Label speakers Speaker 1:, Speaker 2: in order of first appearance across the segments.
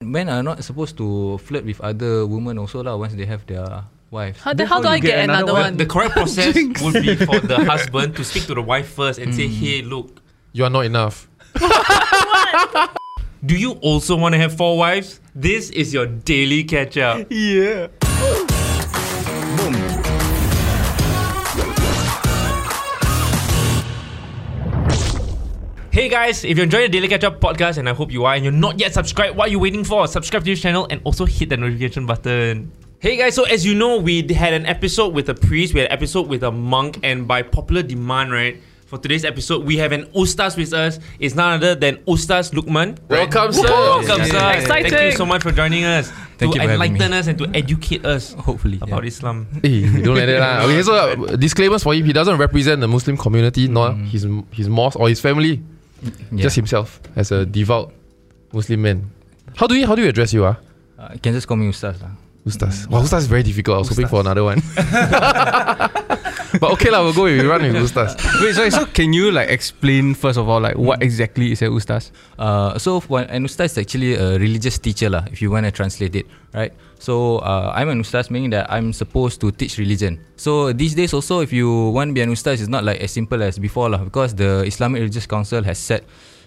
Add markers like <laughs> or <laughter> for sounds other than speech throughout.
Speaker 1: Men are not supposed to flirt with other women also lah once they have their wives.
Speaker 2: How, then how do I get, another,
Speaker 3: Well,
Speaker 2: one?
Speaker 3: The correct process would be for the husband to speak to the wife first and say, "Hey, look,
Speaker 4: You are not enough.
Speaker 3: do you also want to have four wives? This is your daily catch up." Hey guys, if you're enjoying the Daily Catch Up podcast, and I hope you are, and you're not yet subscribed, what are you waiting for? Subscribe to this channel and also hit the notification button. Hey guys, so as you know, we had an episode with a priest, we had an episode with a monk, and by popular demand, right, for today's episode, we have an Ustaz with us. It's none other than Ustaz Lukman.
Speaker 4: Welcome, sir.
Speaker 3: Welcome,
Speaker 1: Yeah,
Speaker 3: sir.
Speaker 1: yeah, yeah.
Speaker 2: Exciting.
Speaker 3: Thank you so much for joining us.
Speaker 1: Thank
Speaker 3: to
Speaker 1: you for having
Speaker 3: enlighten
Speaker 1: me.
Speaker 3: us and to educate us
Speaker 1: Hopefully.
Speaker 3: about
Speaker 1: yeah.
Speaker 3: Islam.
Speaker 4: Eh, don't like that lah. Okay, so uh, disclaimers for him. He doesn't represent the Muslim community, nor his his mosque or his family.
Speaker 1: Yeah.
Speaker 4: Just himself as a devout Muslim man. How do you how do you address you ah?
Speaker 1: Uh, you can just call me Ustaz lah.
Speaker 4: Ustaz. Wow, Mm. Ustaz is very difficult. I was hoping for another <laughs> one. but okay lah, we'll go with we run with Ustaz.
Speaker 5: Wait, sorry, so can you like explain first of all like what exactly is an ustaz?
Speaker 1: Uh, so for an ustaz is actually a religious teacher lah, if you want to translate it, right? So uh, I'm an ustaz meaning that I'm supposed to teach religion. So these days also, if you want to be an ustaz, it's not like as simple as before lah, because the Islamic Religious Council has set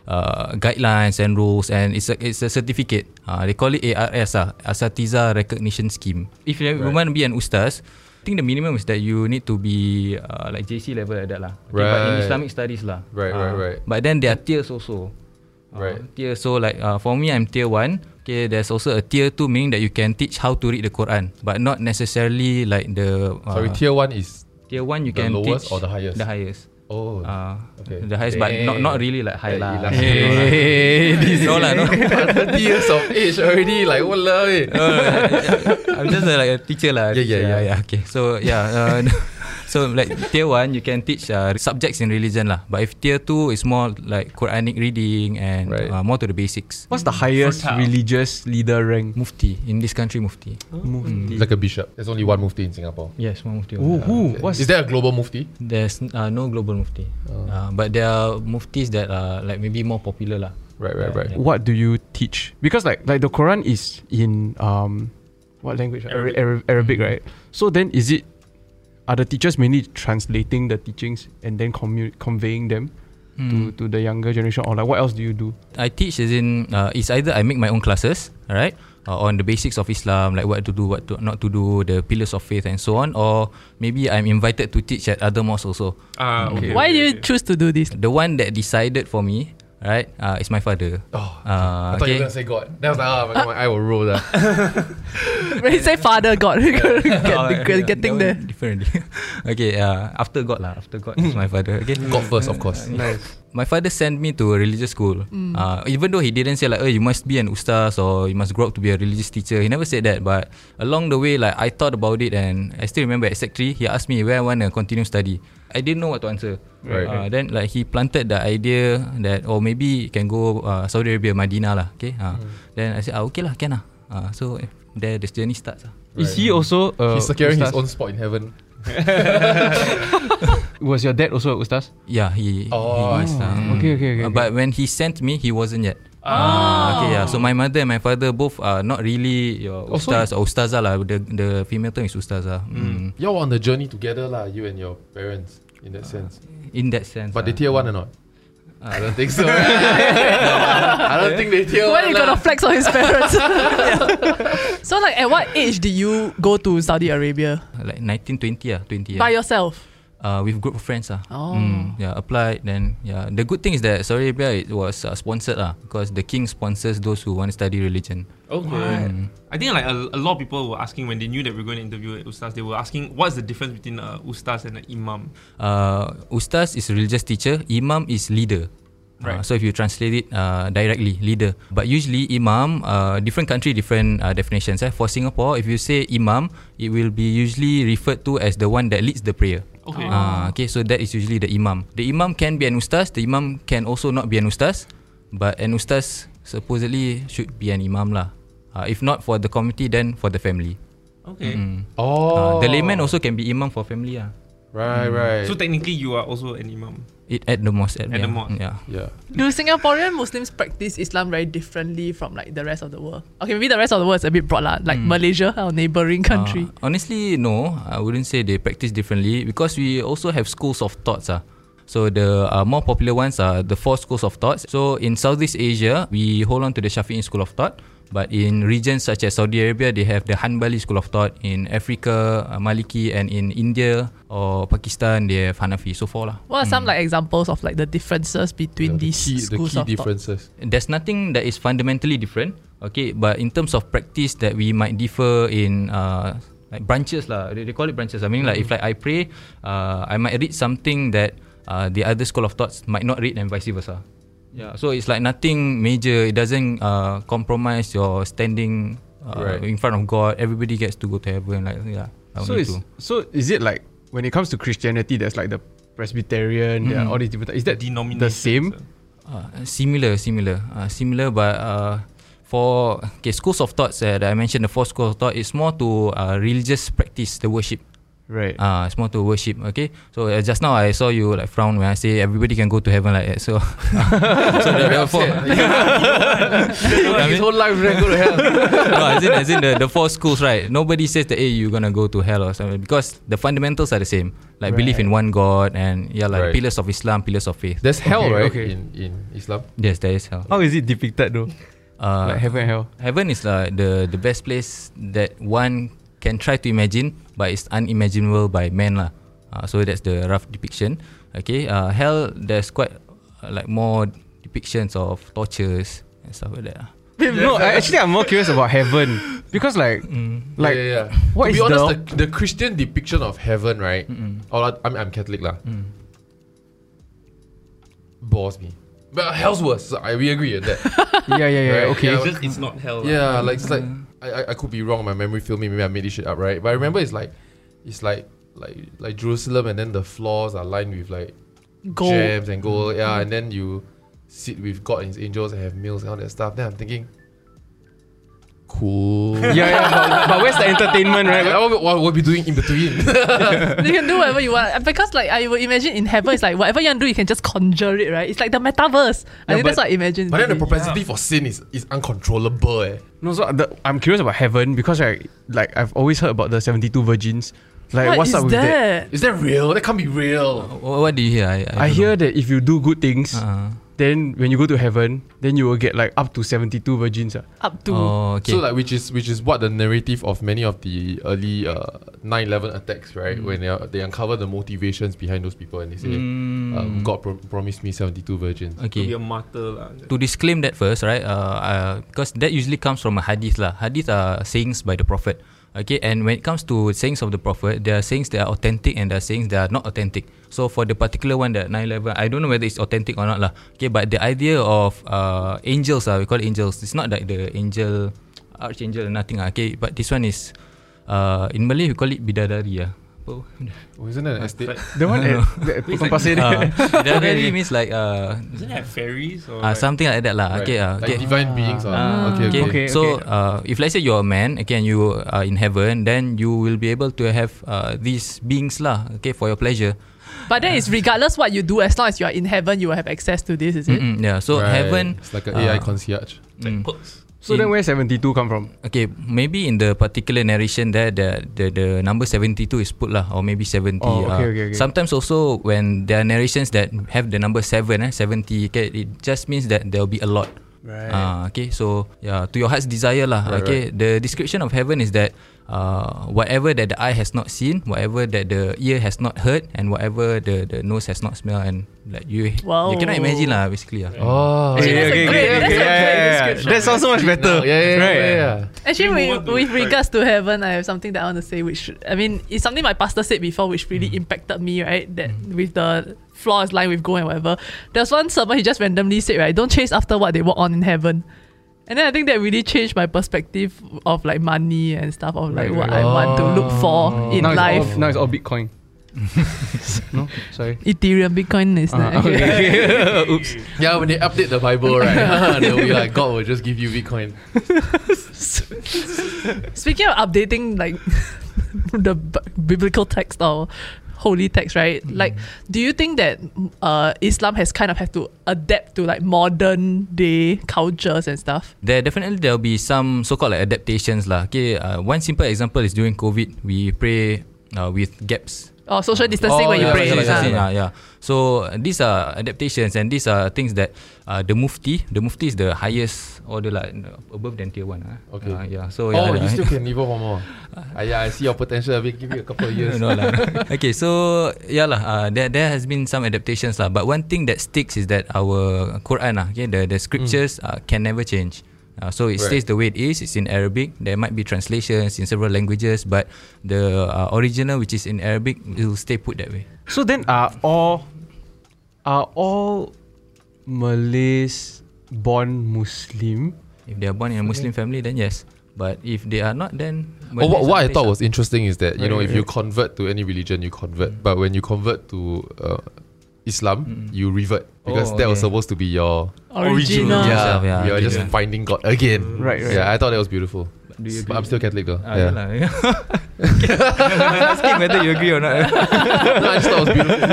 Speaker 1: uh, guidelines and rules, and it's a it's a certificate. Uh, they call it ARS ah, Asatiza Recognition Scheme. If you want to be an ustaz. I think the minimum is that you need to be uh, like JC level like that lah. Okay, But in
Speaker 4: Right.
Speaker 1: Islamic studies lah.
Speaker 4: Right, right, right.
Speaker 1: But then there are tiers also.
Speaker 4: Right.
Speaker 1: Uh, tier so like uh, for me I'm tier 1. Okay, there's also a tier 2 meaning that you can teach how to read the Quran, but not necessarily like the uh,
Speaker 4: Sorry, tier one is
Speaker 1: tier 1 you
Speaker 4: the
Speaker 1: can
Speaker 4: lowest
Speaker 1: teach
Speaker 4: or the highest?
Speaker 1: The highest.
Speaker 4: oh
Speaker 1: Uh,
Speaker 4: Okay.
Speaker 1: The highest but not
Speaker 4: Damn.
Speaker 1: not really like high
Speaker 4: Like
Speaker 1: lah.
Speaker 4: elastic.
Speaker 1: Hey, no lah,
Speaker 4: <laughs>
Speaker 1: no.
Speaker 4: thirty years of age already. Like eh. what
Speaker 1: No,
Speaker 4: Uh.
Speaker 1: no, no. I'm just a, like a teacher lah.
Speaker 4: Yeah, yeah,
Speaker 1: teacher.
Speaker 4: yeah.
Speaker 1: Okay, so yeah, uh, <laughs> so like tier one, you can teach uh, subjects in religion lah. But if tier two is more like Quranic reading and
Speaker 4: Right.
Speaker 1: uh, more to the basics.
Speaker 5: What's the highest
Speaker 3: Fertile.
Speaker 5: religious leader rank?
Speaker 1: Mufti in this country, Mufti.
Speaker 5: Hmm? Mufti.
Speaker 4: Like a bishop. There's only one mufti in Singapore.
Speaker 1: Yes, one Mufti.
Speaker 5: Ooh, who? What's
Speaker 4: Is there a global mufti?
Speaker 1: There's uh, no global Mufti,
Speaker 2: Oh.
Speaker 1: uh, but there are Muftis that are like maybe more popular lah.
Speaker 4: Right, right, right.
Speaker 5: what do you teach? Because like like the Quran is in um what language? Arabic, Arabic, right? So then is it are the teachers mainly translating the teachings and then commu- conveying them to, to the younger generation or like what else do you do?
Speaker 1: I teach as in uh, it's either I make my own classes, alright, uh, on the basics of Islam, like what to do, what to, not to do, the pillars of faith, and so on, or maybe I'm invited to teach at other mosques also.
Speaker 3: Ah, okay.
Speaker 2: Why do you choose to do
Speaker 1: <laughs>
Speaker 2: this?
Speaker 1: The one that decided for me, right, uh, is my father.
Speaker 4: Oh,
Speaker 1: Uh,
Speaker 4: I thought you were gonna say God. Then I was like, ah, my, my eye will roll. lah. <laughs>
Speaker 2: When you say father God, <laughs> get,
Speaker 1: <laughs> Oh, yeah,
Speaker 2: get, getting
Speaker 1: that
Speaker 2: there.
Speaker 1: one Different. <laughs> okay, uh, after God lah. After God
Speaker 2: <laughs>
Speaker 1: is my father. Okay.
Speaker 4: God first, of course.
Speaker 1: My father sent me to a religious school. Uh, even though he didn't say like, oh, you must be an ustaz or you must grow up to be a religious teacher. He never said that. But along the way, like I thought about it, and I still remember at sec three, he asked me where I want to continue study. I didn't know what to answer.
Speaker 4: Right.
Speaker 1: Uh, then like he planted the idea that oh maybe you can go uh, Saudi Arabia, Madinah lah. Okay. Uh, Then I said ah okay lah, can lah. Uh, so eh, there the journey starts. lah.
Speaker 5: Is he also uh,
Speaker 4: He's securing his
Speaker 5: ustaz?
Speaker 4: own spot in heaven.
Speaker 5: Was your dad also a ustaz?
Speaker 1: Yeah, he.
Speaker 4: Oh, I
Speaker 1: he was,
Speaker 4: see.
Speaker 1: um,
Speaker 5: Okay, okay, okay,
Speaker 1: uh, But when he sent me, he wasn't yet. Ah. okay, yeah. So my mother and my father both are not really your
Speaker 4: Oh, Hmm.
Speaker 1: ustaz
Speaker 4: so-
Speaker 1: or ustazah lah. The the female term is ustazah. Mm.
Speaker 4: You're on the journey together, lah. You and your parents, in that sense.
Speaker 1: In that sense.
Speaker 4: But they
Speaker 1: lah.
Speaker 4: tier one or not? Ah, I don't think <laughs> so. I don't think they tier
Speaker 2: Why
Speaker 4: one.
Speaker 2: you
Speaker 4: lah.
Speaker 2: gonna flex on his parents? <laughs> so like, at what age did you go to Saudi Arabia
Speaker 1: like 19, 20 ah, 20 ah.
Speaker 2: by yourself?
Speaker 1: uh, with group of friends ah.
Speaker 2: Oh.
Speaker 1: Mm, yeah, applied then yeah. The good thing is that Saudi Arabia it was uh, sponsored lah because the king sponsors those who want to study religion.
Speaker 3: Okay. I think like a, a lot of people were asking when they knew that we were going to interview ustaz, they were asking what's the difference between a ustaz and an imam.
Speaker 1: Uh, ustaz is religious teacher, imam is leader. Uh,
Speaker 3: Right.
Speaker 1: so if you translate it uh, directly, leader. But usually imam, uh, different country, different uh, definitions. Eh? For Singapore, if you say imam, it will be usually referred to as the one that leads the prayer.
Speaker 3: Okay.
Speaker 1: Ah, okay, so that is usually the imam. The imam can be an ustaz. The imam can also not be an ustaz, but an ustaz supposedly should be an imam lah. Uh, if not for the community, then for the family.
Speaker 3: Okay.
Speaker 2: Mm.
Speaker 1: Uh,
Speaker 4: Oh.
Speaker 1: the layman also can be imam for family ah.
Speaker 4: Right, right.
Speaker 3: So technically, you are also an imam.
Speaker 1: It at the mosque. At,
Speaker 3: At
Speaker 1: yeah,
Speaker 3: the mosque.
Speaker 1: Yeah.
Speaker 4: yeah.
Speaker 2: Do Singaporean Muslims practice Islam very differently from like the rest of the world? Okay, maybe the rest of the world is a bit broad lah, like Malaysia, our neighboring country.
Speaker 1: Uh, honestly, no. I wouldn't say they practice differently because we also have schools of thoughts. Ah. So the uh, more popular ones are the four schools of thoughts. So in Southeast Asia, we hold on to the Shafi'i school of thought. But in regions such as Saudi Arabia, they have the Hanbali school of thought. In Africa, uh, Maliki. And in India or Pakistan, they have Hanafi. So far lah.
Speaker 2: what are some like examples of like the differences between
Speaker 4: Yeah, the
Speaker 2: these
Speaker 4: key, the
Speaker 2: schools
Speaker 4: key
Speaker 2: of thought?
Speaker 4: differences.
Speaker 1: there's nothing that is fundamentally different okay but in terms of practice that we might differ in uh, like branches lah they, they call it branches i mean like if like i pray uh, i might read something that uh, the other school of thoughts might not read and vice versa yeah so it's like nothing major it doesn't uh, compromise your standing uh,
Speaker 4: Right.
Speaker 1: in front of god everybody gets to go to heaven like yeah I
Speaker 5: So
Speaker 1: only
Speaker 5: is
Speaker 1: two.
Speaker 5: so is it like when it comes to Christianity, there's like the Presbyterian, there are
Speaker 4: Mm.
Speaker 5: all these different. Is that
Speaker 3: Denomination.
Speaker 5: the
Speaker 3: <laughs>
Speaker 5: same?
Speaker 1: Uh, similar, similar, uh, similar, but uh, for okay, schools of thoughts uh, that I mentioned, the four schools of thought, it's more to uh, religious practice, the worship.
Speaker 5: Right.
Speaker 4: <laughs>
Speaker 1: Uh, it's more to worship. Okay, so uh, just now I saw you like frown when I say everybody can go to heaven like that. So, <laughs> so that, therefore,
Speaker 4: His whole life didn't go to hell.
Speaker 1: no, as in, as in the, the four schools, right? Nobody says that, hey, you're gonna go to hell or something because the fundamentals are the same, like belief in one God and yeah, like
Speaker 4: Right.
Speaker 1: pillars of Islam, pillars of faith.
Speaker 4: There's hell,
Speaker 5: Okay,
Speaker 4: right?
Speaker 5: okay.
Speaker 4: In in Islam.
Speaker 1: yes, there is hell.
Speaker 5: How is it depicted though?
Speaker 1: Uh,
Speaker 4: Ah.
Speaker 5: like heaven and hell.
Speaker 1: Heaven is like the the best place that one can try to imagine, but it's unimaginable by man lah. Uh, so that's the rough depiction. Okay, uh, hell there's quite uh, like more depictions of tortures and stuff like that. ah.
Speaker 5: Wait, no, I, actually, I'm more curious about heaven because like, like
Speaker 4: Mm. yeah, yeah, yeah.
Speaker 5: what
Speaker 4: to
Speaker 5: is
Speaker 4: be honest,
Speaker 5: the-
Speaker 4: the, the Christian depiction of heaven, right? Or I- I'm, I'm Catholic lah.
Speaker 5: Mm.
Speaker 4: Bores me. But hell's worse. I we agree on
Speaker 5: <laughs>
Speaker 4: that.
Speaker 5: yeah, yeah, yeah.
Speaker 4: Right,
Speaker 5: okay.
Speaker 3: <laughs>
Speaker 4: yeah.
Speaker 3: It's just it's not hell. lah.
Speaker 4: yeah, like it's like I, I I could be wrong. My memory failed me. Maybe I made this shit up, right? But I remember it's like it's like like like Jerusalem, and then the floors are lined with like
Speaker 2: Gold.
Speaker 4: gems and
Speaker 5: Mm-hmm.
Speaker 4: gold. Yeah, and then you sit with God and His angels and have meals and all that stuff. Then I'm thinking, cool.
Speaker 5: <laughs> Yeah,
Speaker 4: <laughs>
Speaker 5: yeah. But, but where's the entertainment,
Speaker 4: Right,
Speaker 5: right?
Speaker 4: what, what, what we'll be doing in
Speaker 5: <laughs>
Speaker 4: between.
Speaker 2: <laughs> you can do whatever you want because like I would imagine in heaven it's like whatever you want to do, you can just conjure it, right? It's like the metaverse. I
Speaker 5: Yeah,
Speaker 2: think that's
Speaker 5: but-
Speaker 2: what I imagine.
Speaker 4: But then the
Speaker 2: it to be.
Speaker 4: propensity for sin is, is uncontrollable. Eh.
Speaker 5: No, so the, I'm curious about heaven because like, like I've always heard about the 72 virgins. Like,
Speaker 2: What
Speaker 5: what's
Speaker 2: is
Speaker 5: up with that?
Speaker 2: that?
Speaker 4: Is that real? That can't be real.
Speaker 1: Wh- What do you hear? I,
Speaker 5: I hear that if you do good things,
Speaker 1: Uh,
Speaker 5: then when you go to heaven, then you will get like up to 72 virgins. ah.
Speaker 2: Up to
Speaker 1: oh, okay.
Speaker 4: So like, which is which is what the narrative of many of the early uh, 9/11 attacks, right? When they, are, they uncover the motivations behind those people, and they say, um, "God pro- promised me 72 virgins."
Speaker 3: To be
Speaker 1: okay.
Speaker 3: a martyr lah.
Speaker 1: To disclaim that first, right? Uh, uh, because that usually comes from a hadith lah. Hadith are sayings by the Prophet. Okay, and when it comes to sayings of the Prophet, there are sayings that are authentic and there are sayings that are not authentic. So for the particular one that 911, I don't know whether it's authentic or not lah. Okay, but the idea of uh, angels, uh, we call it angels. It's not like the angel, archangel, nothing. ah. Okay, but this one is, uh, in Malay we call it bidadari. ah. Apa?
Speaker 4: Oh, isn't that an estate?
Speaker 5: The <laughs> one at, at Potong Pasir.
Speaker 1: Uh,
Speaker 4: <laughs>
Speaker 1: bidadari means like uh,
Speaker 3: Doesn't it have fairies or?
Speaker 1: uh, something like that lah.
Speaker 4: Right.
Speaker 1: Okay, uh,
Speaker 4: like
Speaker 1: okay.
Speaker 4: divine beings. Or,
Speaker 1: Ah,
Speaker 4: okay, okay.
Speaker 5: okay.
Speaker 1: So, Uh, if let's say you're a man, okay, and you are in heaven, then you will be able to have uh, these beings lah, okay, for your pleasure.
Speaker 2: But then it's regardless what you do, as long as you are in heaven, you will have access to this, is it?
Speaker 1: Mm-mm, yeah. So
Speaker 4: Right.
Speaker 1: heaven, mm.
Speaker 4: It's like an
Speaker 1: uh,
Speaker 4: AI concierge.
Speaker 3: It's like perks.
Speaker 5: <laughs> so then where 72 come from?
Speaker 1: okay, maybe in the particular narration there, the the, the number seventy two is put lah, or maybe seventy.
Speaker 5: Oh, okay,
Speaker 1: uh,
Speaker 5: okay, okay.
Speaker 1: Sometimes also when there are narrations that have the number seven, eh, seventy, okay, it just means that there will be a lot.
Speaker 5: Right.
Speaker 1: Ah, okay, so yeah, to your heart's desire lah.
Speaker 4: Right,
Speaker 1: okay, the description of heaven is that uh, whatever that the eye has not seen, whatever that the ear has not heard, and whatever the, the nose has not smelled, and like you, you cannot
Speaker 2: Wow.
Speaker 1: imagine lah, basically. lah.
Speaker 4: Oh,
Speaker 5: Okay,
Speaker 2: Actually,
Speaker 5: okay,
Speaker 2: that's a
Speaker 5: okay,
Speaker 2: great-
Speaker 5: okay,
Speaker 2: that's a
Speaker 5: yeah,
Speaker 2: great
Speaker 5: yeah, yeah.
Speaker 2: description.
Speaker 5: that sounds so much better.
Speaker 4: Yeah, yeah, yeah,
Speaker 5: right.
Speaker 4: yeah, yeah.
Speaker 3: Should we
Speaker 2: Actually,
Speaker 3: move
Speaker 2: with,
Speaker 3: on to
Speaker 2: with
Speaker 3: strike?
Speaker 2: regards to heaven, I have something that I want to say, which I mean, it's something my pastor said before, which really
Speaker 5: Mm.
Speaker 2: impacted me, right? That with the flaws line with gold and whatever. There's one sermon he just randomly said, right? Don't chase after what they walk on in heaven. And then I think that really changed my perspective of like money and stuff of like
Speaker 5: Right,
Speaker 2: what
Speaker 5: right. Oh.
Speaker 2: I want to look for in
Speaker 5: now
Speaker 2: life.
Speaker 5: It's all, now it's all <laughs> Bitcoin. no, sorry.
Speaker 2: Ethereum, Bitcoin is not.
Speaker 5: Uh, <laughs> okay. Oops.
Speaker 4: Yeah, when they update the Bible, right? <laughs> they'll be like, God will just give you Bitcoin.
Speaker 2: Speaking of updating, like <laughs> the b- biblical text or holy text, right? Like, do you think that uh, Islam has kind of had to adapt to like modern day cultures and stuff?
Speaker 1: There definitely there'll be some so-called like adaptations lah. Okay, uh, one simple example is during COVID, we pray uh, with gaps
Speaker 2: Or social distancing
Speaker 4: Oh,
Speaker 2: when you
Speaker 4: yeah,
Speaker 2: pray.
Speaker 4: social
Speaker 1: Like I said,
Speaker 4: distancing,
Speaker 2: Ah.
Speaker 1: yeah, yeah. So uh, these are adaptations and these are things that uh, the mufti, the mufti is the highest order like above than tier one. ah.
Speaker 4: Okay.
Speaker 1: Uh, yeah. So yeah.
Speaker 4: Oh, you
Speaker 1: yeah.
Speaker 4: still
Speaker 1: <laughs>
Speaker 4: can evolve one more. Ah, yeah, I see your potential. I'll give you a couple of
Speaker 1: <laughs>
Speaker 4: years.
Speaker 1: no,
Speaker 4: <laughs>
Speaker 1: lah. okay, so yeah lah. Uh, there there has been some adaptations lah, but one thing that sticks is that our Quran lah, okay, the the scriptures uh, can never change. Uh, so it
Speaker 4: Hmm. Right.
Speaker 1: stays the way it is. It's in Arabic. There might be translations in several languages, but the uh, original, which is in Arabic, it will stay put that way.
Speaker 5: So then are all are all Malays born Muslim?
Speaker 1: If they are born in a Muslim family, then yes. But if they are not, then
Speaker 4: Oh, what,
Speaker 1: Malays
Speaker 4: what
Speaker 1: are
Speaker 4: I thought
Speaker 1: Malays
Speaker 4: was interesting is that you know
Speaker 5: Right,
Speaker 4: if you convert to any religion you convert,
Speaker 1: Mm.
Speaker 4: but when you convert to uh, Islam you revert because
Speaker 1: Oh,
Speaker 4: that was
Speaker 1: okay.
Speaker 4: supposed to be your
Speaker 2: Original.
Speaker 1: Yeah. Yourself, yeah,
Speaker 4: you're
Speaker 1: okay,
Speaker 4: just
Speaker 1: yeah.
Speaker 4: finding God again.
Speaker 5: Right, right.
Speaker 4: Yeah, I thought that was beautiful.
Speaker 1: Do you
Speaker 4: But I'm still Catholic though.
Speaker 1: Ah,
Speaker 4: yeah.
Speaker 1: yeah. lah. <laughs> Okay. <laughs> I'm asking whether you agree
Speaker 4: <laughs>
Speaker 1: or not.
Speaker 4: No, I just thought it was beautiful.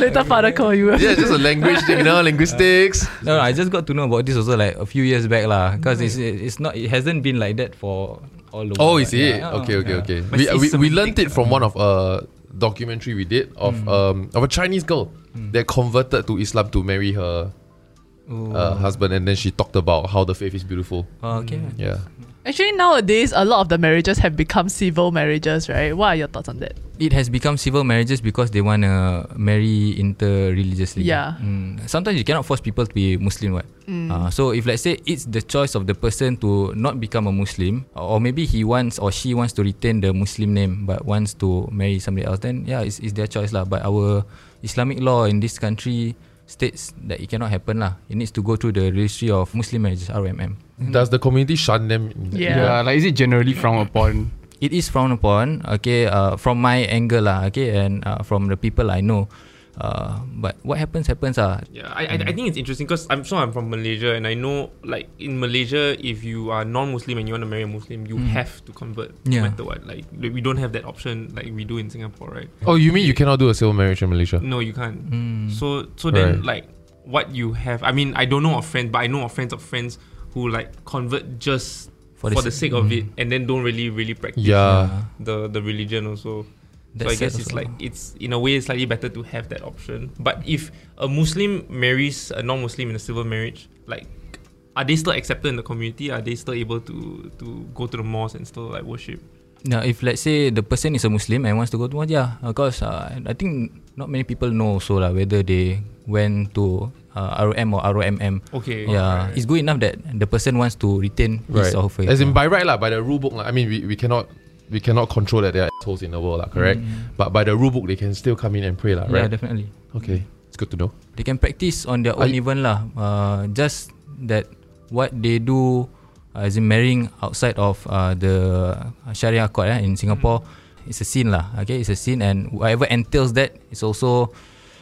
Speaker 2: <laughs> Later, father call you.
Speaker 4: Yeah, it's just a language thing, you know, linguistics.
Speaker 1: No, no, I just got to know about this also like a few years back lah. Because it's it's not it hasn't been like that for all the
Speaker 4: Hmm.
Speaker 1: while.
Speaker 4: Oh, is it?
Speaker 1: Yeah.
Speaker 4: Okay, okay,
Speaker 1: Yeah.
Speaker 4: okay.
Speaker 3: But
Speaker 4: We,
Speaker 3: it's
Speaker 4: we, we
Speaker 3: semantics.
Speaker 4: learned it from one of a documentary we did of
Speaker 1: Mm.
Speaker 4: um of a Chinese girl that converted to Islam to marry her uh, husband, and then she talked about how the faith is beautiful.
Speaker 1: Oh, okay.
Speaker 4: Yeah.
Speaker 2: <laughs> Actually, nowadays, a lot of the marriages have become civil marriages, right? What are your thoughts on that? <laughs>
Speaker 1: It has become civil marriages because they want to marry inter-religiously.
Speaker 2: Yeah.
Speaker 1: Mm. Sometimes you cannot force people to be Muslim, what? Uh, so if let's say it's the choice of the person to not become a Muslim, or or maybe he wants or she wants to retain the Muslim name but wants to marry somebody else, then yeah, it's, it's their choice lah. But our Islamic law in this country states that it cannot happen lah. It needs to go through the Registry of Muslim Marriages (RMM).
Speaker 4: Does the community shun them?
Speaker 2: Yeah.
Speaker 5: like is it generally frowned upon?
Speaker 1: it is frowned upon okay uh, from my angle lah okay and uh, from the people I know uh, but what happens happens ah
Speaker 3: Yeah, I, I, I think it's interesting because I'm sure I'm from Malaysia and I know like in Malaysia if you are non-Muslim and you want to marry a Muslim you have to convert
Speaker 1: Yeah.
Speaker 3: no matter what like we don't have that option like we do in Singapore right
Speaker 4: Oh, you mean you cannot do a civil marriage in Malaysia?
Speaker 3: no you can't
Speaker 1: mm.
Speaker 3: so so then
Speaker 4: Right.
Speaker 3: like what you have I mean I don't know of friends but I know of friends of friends who like convert just for the, sake
Speaker 1: Hmm.
Speaker 3: of it and then don't really really practice
Speaker 4: Yeah.
Speaker 3: the the religion also
Speaker 1: That's
Speaker 3: so I guess
Speaker 1: it
Speaker 3: it's
Speaker 1: also.
Speaker 3: like it's in a way it's slightly better to have that option. But if a Muslim marries a non-Muslim in a civil marriage, like are they still accepted in the community? Are they still able to to go to the mosque and still like worship?
Speaker 1: now if let's say the person is a Muslim and wants to go to mosque yeah of course uh, I think not many people know also lah whether they went to uh, ROM or ROMM
Speaker 3: Okay.
Speaker 1: yeah it's good enough that the person wants to retain
Speaker 4: Right.
Speaker 1: his or her faith
Speaker 4: As in by right lah, by the rule book lah. I mean, we, we cannot we cannot control that there are assholes in the world lah, correct? But by the rule book, they can still come in and pray lah,
Speaker 1: Mm. yeah
Speaker 4: right?
Speaker 1: definitely
Speaker 4: okay, it's good to know.
Speaker 1: they can practice on their
Speaker 4: Are
Speaker 1: own
Speaker 4: you-
Speaker 1: even lah. Uh, just that what they do uh, as in marrying outside of uh, the Sharia court eh, in Singapore,
Speaker 4: Hmm.
Speaker 1: it's a sin lah. Okay, it's a sin, and whatever entails that is also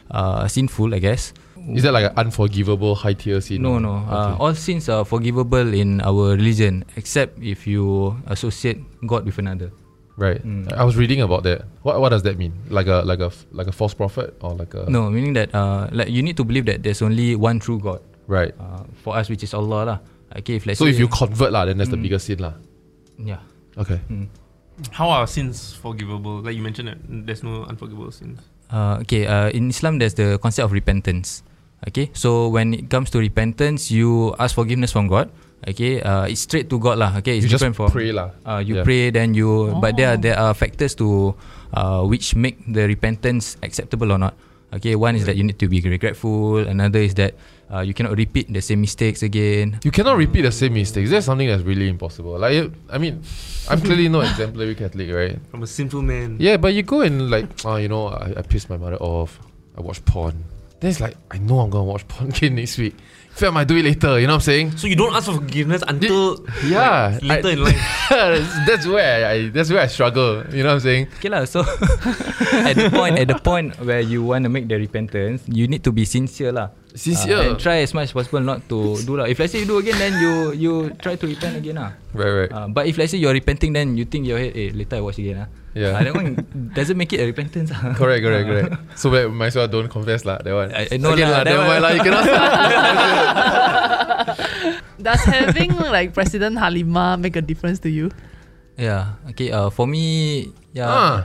Speaker 1: uh, sinful, I guess.
Speaker 4: Is that like an unforgivable high tier scene?
Speaker 1: No, no. Uh, all sins are forgivable in our religion, except if you associate God with another.
Speaker 4: Right.
Speaker 3: Mm.
Speaker 4: I was reading about that. What what does that mean? Like a like a f- like a false prophet or like a
Speaker 1: No, meaning that uh, like you need to believe that there's only one true God
Speaker 4: right.
Speaker 1: uh, for us, which is Allah lah. Okay, if let's
Speaker 4: So
Speaker 1: say,
Speaker 4: if you convert lah, then that's
Speaker 3: Mm.
Speaker 4: the biggest sin lah.
Speaker 1: yeah.
Speaker 4: Okay.
Speaker 3: How are sins forgivable? Like you mentioned, that there's no unforgivable sins.
Speaker 1: Uh, okay, uh, in Islam, there's the concept of repentance. Okay, so when it comes to repentance, you ask forgiveness from God. Okay, uh, it's straight to God lah. Okay, it's
Speaker 4: you just
Speaker 1: different for
Speaker 4: pray lah.
Speaker 1: Uh, you
Speaker 4: Yeah.
Speaker 1: pray, then you. But there are there are factors to uh, which make the repentance acceptable or not. Okay, one is that you need to be regretful. Another is that uh, you cannot repeat the same mistakes again.
Speaker 4: You cannot repeat the same mistakes. That's something that's really impossible. Like, it- I mean, I'm clearly not exemplary Catholic, right?
Speaker 3: From a sinful man.
Speaker 4: Yeah, but you go and like, oh, you know, I, I pissed my mother off. I watch porn. Then it's like, I know I'm gonna watch porn <laughs> again next week. If I might do it later. You know what I'm saying?
Speaker 3: So you don't ask for forgiveness until
Speaker 4: Yeah,
Speaker 3: like, later
Speaker 4: I-
Speaker 3: in life.
Speaker 4: that's, <laughs> that's where I that's where I struggle. You know what I'm saying?
Speaker 1: Okay lah. So <laughs> at the point at the point where you want to make the repentance, you need to be sincere lah.
Speaker 4: Sincere.
Speaker 1: Uh, and try as much as possible not to do lah. If let's say you do again, then you you try to repent again lah.
Speaker 4: right, right.
Speaker 1: Uh, but if let's say you're repenting, then you think in your head, eh, later I watch again ah.
Speaker 4: Yeah.
Speaker 1: Uh, that one doesn't make it a repentance ah.
Speaker 4: correct, correct, correct. So we might as well don't confess lah. That one.
Speaker 1: I- I know
Speaker 4: Again
Speaker 1: lah,
Speaker 4: lah.
Speaker 1: that
Speaker 4: That
Speaker 1: one.
Speaker 4: one lah. You
Speaker 1: <laughs>
Speaker 4: cannot.
Speaker 2: Does having like President Halima make a difference to you?
Speaker 1: <laughs> Yeah. Okay. Uh, for me, yeah.
Speaker 4: Ah,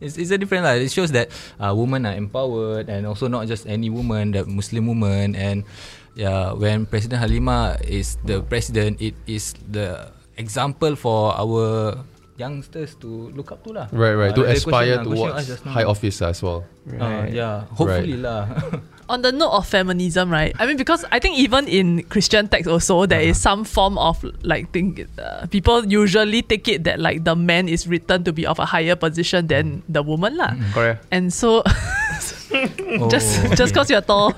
Speaker 1: It's, it's a different lah. It shows that uh, women are empowered and also not just any woman, the Muslim woman. And yeah, when President Halima is the president, it is the example for our youngsters to look up to lah.
Speaker 4: right, right.
Speaker 1: Uh,
Speaker 4: To
Speaker 1: the question
Speaker 4: aspire
Speaker 1: lah,
Speaker 4: to
Speaker 1: question
Speaker 4: watch
Speaker 1: asked just now.
Speaker 4: high office as
Speaker 1: <laughs>
Speaker 4: well.
Speaker 1: Uh, yeah, hopefully lah.
Speaker 2: On the note of feminism, right? I mean, because I think even in Christian texts also there is some form of like think uh, people usually take it that like the man is written to be of a higher position than the woman lah.
Speaker 5: Correct.
Speaker 2: And so <laughs>
Speaker 1: Oh,
Speaker 2: just
Speaker 1: okay.
Speaker 2: just because you're tall,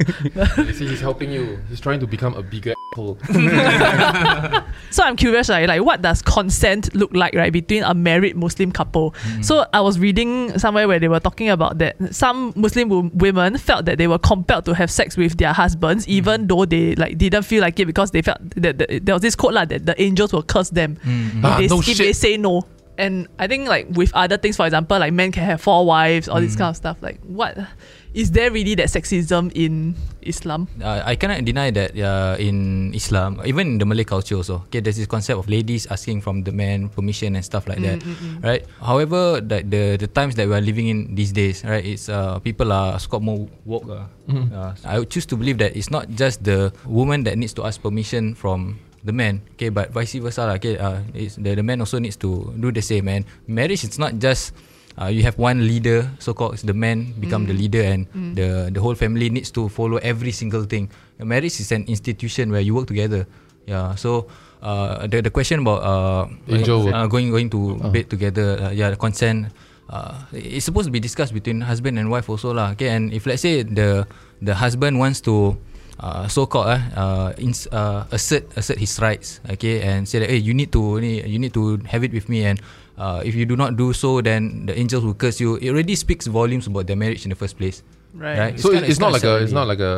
Speaker 4: You see, he's helping you. He's trying to become a bigger asshole.
Speaker 2: So I'm curious, right? Like, what does consent look like, right, between a married Muslim couple? So I was reading somewhere where they were talking about that some Muslim wo- women felt that they were compelled to have sex with their husbands, even though they like didn't feel like it because they felt that, that there was this quote like, that the angels will curse them if,
Speaker 4: Ah,
Speaker 2: they,
Speaker 4: no
Speaker 2: if they
Speaker 4: shit.
Speaker 2: say no. And I think like with other things, for example, like men can have four wives, all this kind of stuff. Like, what is there really that sexism in Islam?
Speaker 1: uh, I cannot deny that uh, in Islam, even in the Malay culture also, okay, there's this concept of ladies asking from the man permission and stuff like that, right? However, that the the times that we are living in these days, right, it's uh, people are scope more woke. Uh, uh, I would choose to believe that it's not just the woman that needs to ask permission from the man, okay, but vice versa, lah, okay, uh, it's, the the man also needs to do the same. And marriage, it's not just uh, you have one leader, so called the man become the leader, and the the whole family needs to follow every single thing. A marriage is an institution where you work together. Yeah, so uh, the the question about uh,
Speaker 4: Angel work.
Speaker 1: uh, going going to
Speaker 4: Uh-huh.
Speaker 1: bed together, uh, yeah, the consent. Uh, it's supposed to be discussed between husband and wife also lah. Okay, and if let's say the the husband wants to uh, so called uh, uh, ins- uh, assert assert his rights, okay, and say that hey, you need to ni, you need to have it with me, and uh, if you do not do so, then the angels will curse you. It already speaks volumes about their marriage in the first place, right?
Speaker 4: so
Speaker 1: kinda-
Speaker 4: it's, not
Speaker 1: kinda
Speaker 4: like a it's
Speaker 1: sad
Speaker 4: not
Speaker 1: already.
Speaker 4: like a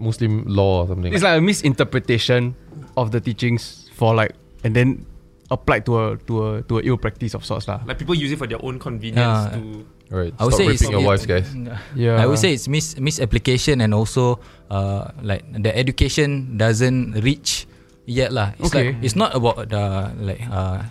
Speaker 4: Muslim law or something.
Speaker 5: It's like a misinterpretation of the teachings for like, and then applied to a to a to a ill practice of sorts lah.
Speaker 3: Like people use it for their own convenience
Speaker 1: Yeah.
Speaker 3: to
Speaker 4: right.
Speaker 1: I would
Speaker 4: Stop
Speaker 1: say it's
Speaker 4: raping your
Speaker 1: it-
Speaker 4: wives,
Speaker 1: <laughs>
Speaker 4: guys.
Speaker 5: Yeah.
Speaker 1: I would say it's mis- misapplication and also uh, like the education doesn't reach yet lah. It's
Speaker 5: Okay.
Speaker 1: like it's not about the like uh,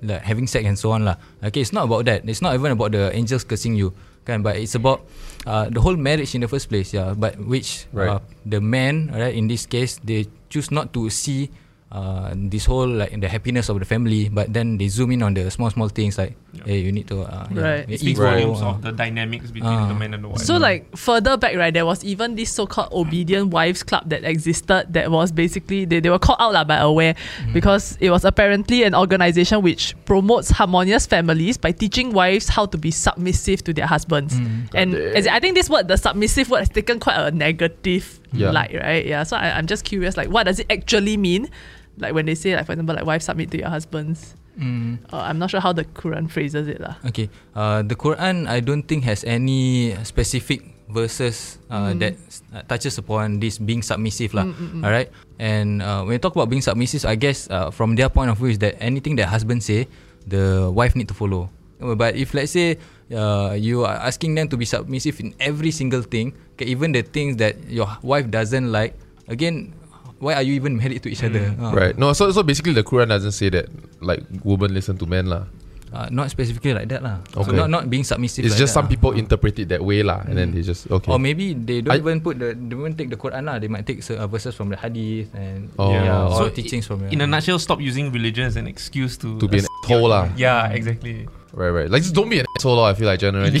Speaker 1: like having sex and so on lah. Okay, it's not about that. It's not even about the angels cursing you, kan? But it's about uh, the whole marriage in the first place, yeah. But which uh,
Speaker 4: Right.
Speaker 1: the man, right? In this case, they choose not to see. Uh, this whole like the happiness of the family, but then they zoom in on the small small things like, hey, you need to uh, yeah,
Speaker 2: Right.
Speaker 1: the
Speaker 3: it speaks
Speaker 1: ego,
Speaker 3: volumes
Speaker 1: uh,
Speaker 3: of the dynamics between
Speaker 1: Ah.
Speaker 3: the man and the wife.
Speaker 2: So like further back, right, there was even this so-called obedient wives club that existed that was basically they, they were called out lah by aware because it was apparently an organization which promotes harmonious families by teaching wives how to be submissive to their husbands.
Speaker 1: Mm.
Speaker 2: And as in, I think this word, the submissive word, has taken quite a negative
Speaker 4: Yeah.
Speaker 2: light, right? Yeah. So I, I'm just curious, like what does it actually mean? Like when they say, like for example, like wives submit to your husbands.
Speaker 1: mm.
Speaker 2: Uh, I'm not sure how the Quran phrases it lah.
Speaker 1: Okay. Uh, the Quran, I don't think has any specific verses uh, that s- uh, touches upon this being submissive lah. All right. And uh, when you talk about being submissive, I guess uh, from their point of view is that anything that husband say, the wife need to follow. Uh, But if let's say uh, you are asking them to be submissive in every single thing, okay, even the things that your wife doesn't like, again, why are you even married to each other? Uh,
Speaker 4: Mm. Right. No. So so basically, the Quran doesn't say that like women listen to men lah.
Speaker 1: Uh, not specifically like that lah. So
Speaker 4: Okay.
Speaker 1: not not being submissive.
Speaker 4: It's
Speaker 1: like
Speaker 4: just
Speaker 1: that,
Speaker 4: some
Speaker 1: ah.
Speaker 4: people interpret it that way lah, and then they just okay.
Speaker 1: Or maybe they don't
Speaker 4: I-
Speaker 1: even put the they won't take the Quran lah. They might take cer- uh, verses from the Hadith and
Speaker 4: Oh.
Speaker 1: yeah, or
Speaker 4: Yeah.
Speaker 3: So
Speaker 1: teachings from
Speaker 3: in a nutshell, stop using religion as an excuse to
Speaker 4: to be an asshole lah.
Speaker 3: Yeah, exactly.
Speaker 4: Right, right. Like just don't be an So law, I feel like generally.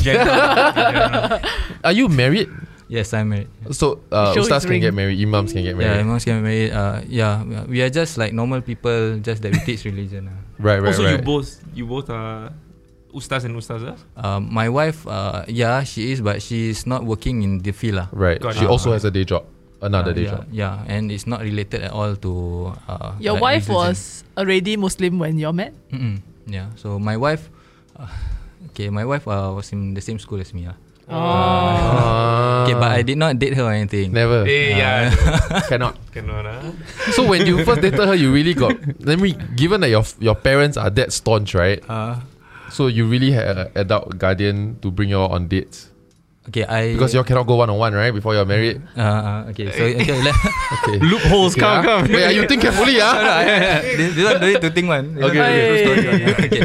Speaker 4: Are you married?
Speaker 1: Yes, I'm married.
Speaker 4: So uh,
Speaker 2: Show his
Speaker 4: Ustaz
Speaker 2: ring.
Speaker 4: can get married, Imams can get
Speaker 1: Yeah,
Speaker 4: married.
Speaker 1: imams can be married. Uh, yeah, we are- we are just like normal people, just that we
Speaker 4: <laughs>
Speaker 1: teach religion. ah.
Speaker 4: Right, right,
Speaker 3: also, you
Speaker 4: right.
Speaker 3: both you both are ustas and ustazas.
Speaker 1: Um, my wife, uh, yeah, she is, but she is not working in the field. lah.
Speaker 4: right.
Speaker 3: Got
Speaker 4: She
Speaker 3: it.
Speaker 4: also has a day job. Another
Speaker 1: Uh,
Speaker 4: day
Speaker 1: yeah,
Speaker 4: job.
Speaker 1: yeah, and it's not related at all to. Uh,
Speaker 2: Your
Speaker 1: like
Speaker 2: wife
Speaker 1: religion.
Speaker 2: was already Muslim when you're met.
Speaker 1: Mm-mm. Yeah. So my wife, uh, okay, my wife uh, was in the same school as me. lah. Okay, but I did not date her or anything.
Speaker 4: Never.
Speaker 3: Eh, yeah,
Speaker 4: <laughs> Cannot.
Speaker 3: <laughs> cannot. ah.
Speaker 4: So when you first dated her, you really got. Let me. Given that your your parents are that staunch, right?
Speaker 1: Uh,
Speaker 4: So you really had an adult guardian to bring you all on dates
Speaker 1: okay, I
Speaker 4: because you all cannot go one on one, right? Before you're married.
Speaker 1: Uh, uh,
Speaker 4: <laughs>
Speaker 1: okay, so okay, let, <laughs>
Speaker 4: Okay.
Speaker 3: Loopholes
Speaker 4: Okay, ah. Wait, ah, you
Speaker 5: <laughs>
Speaker 4: think carefully, ah.
Speaker 1: this, this one don't need to think one. This one
Speaker 4: Okay,
Speaker 1: don't
Speaker 4: okay.
Speaker 1: need to think one.
Speaker 3: <laughs>
Speaker 4: <laughs>
Speaker 1: okay.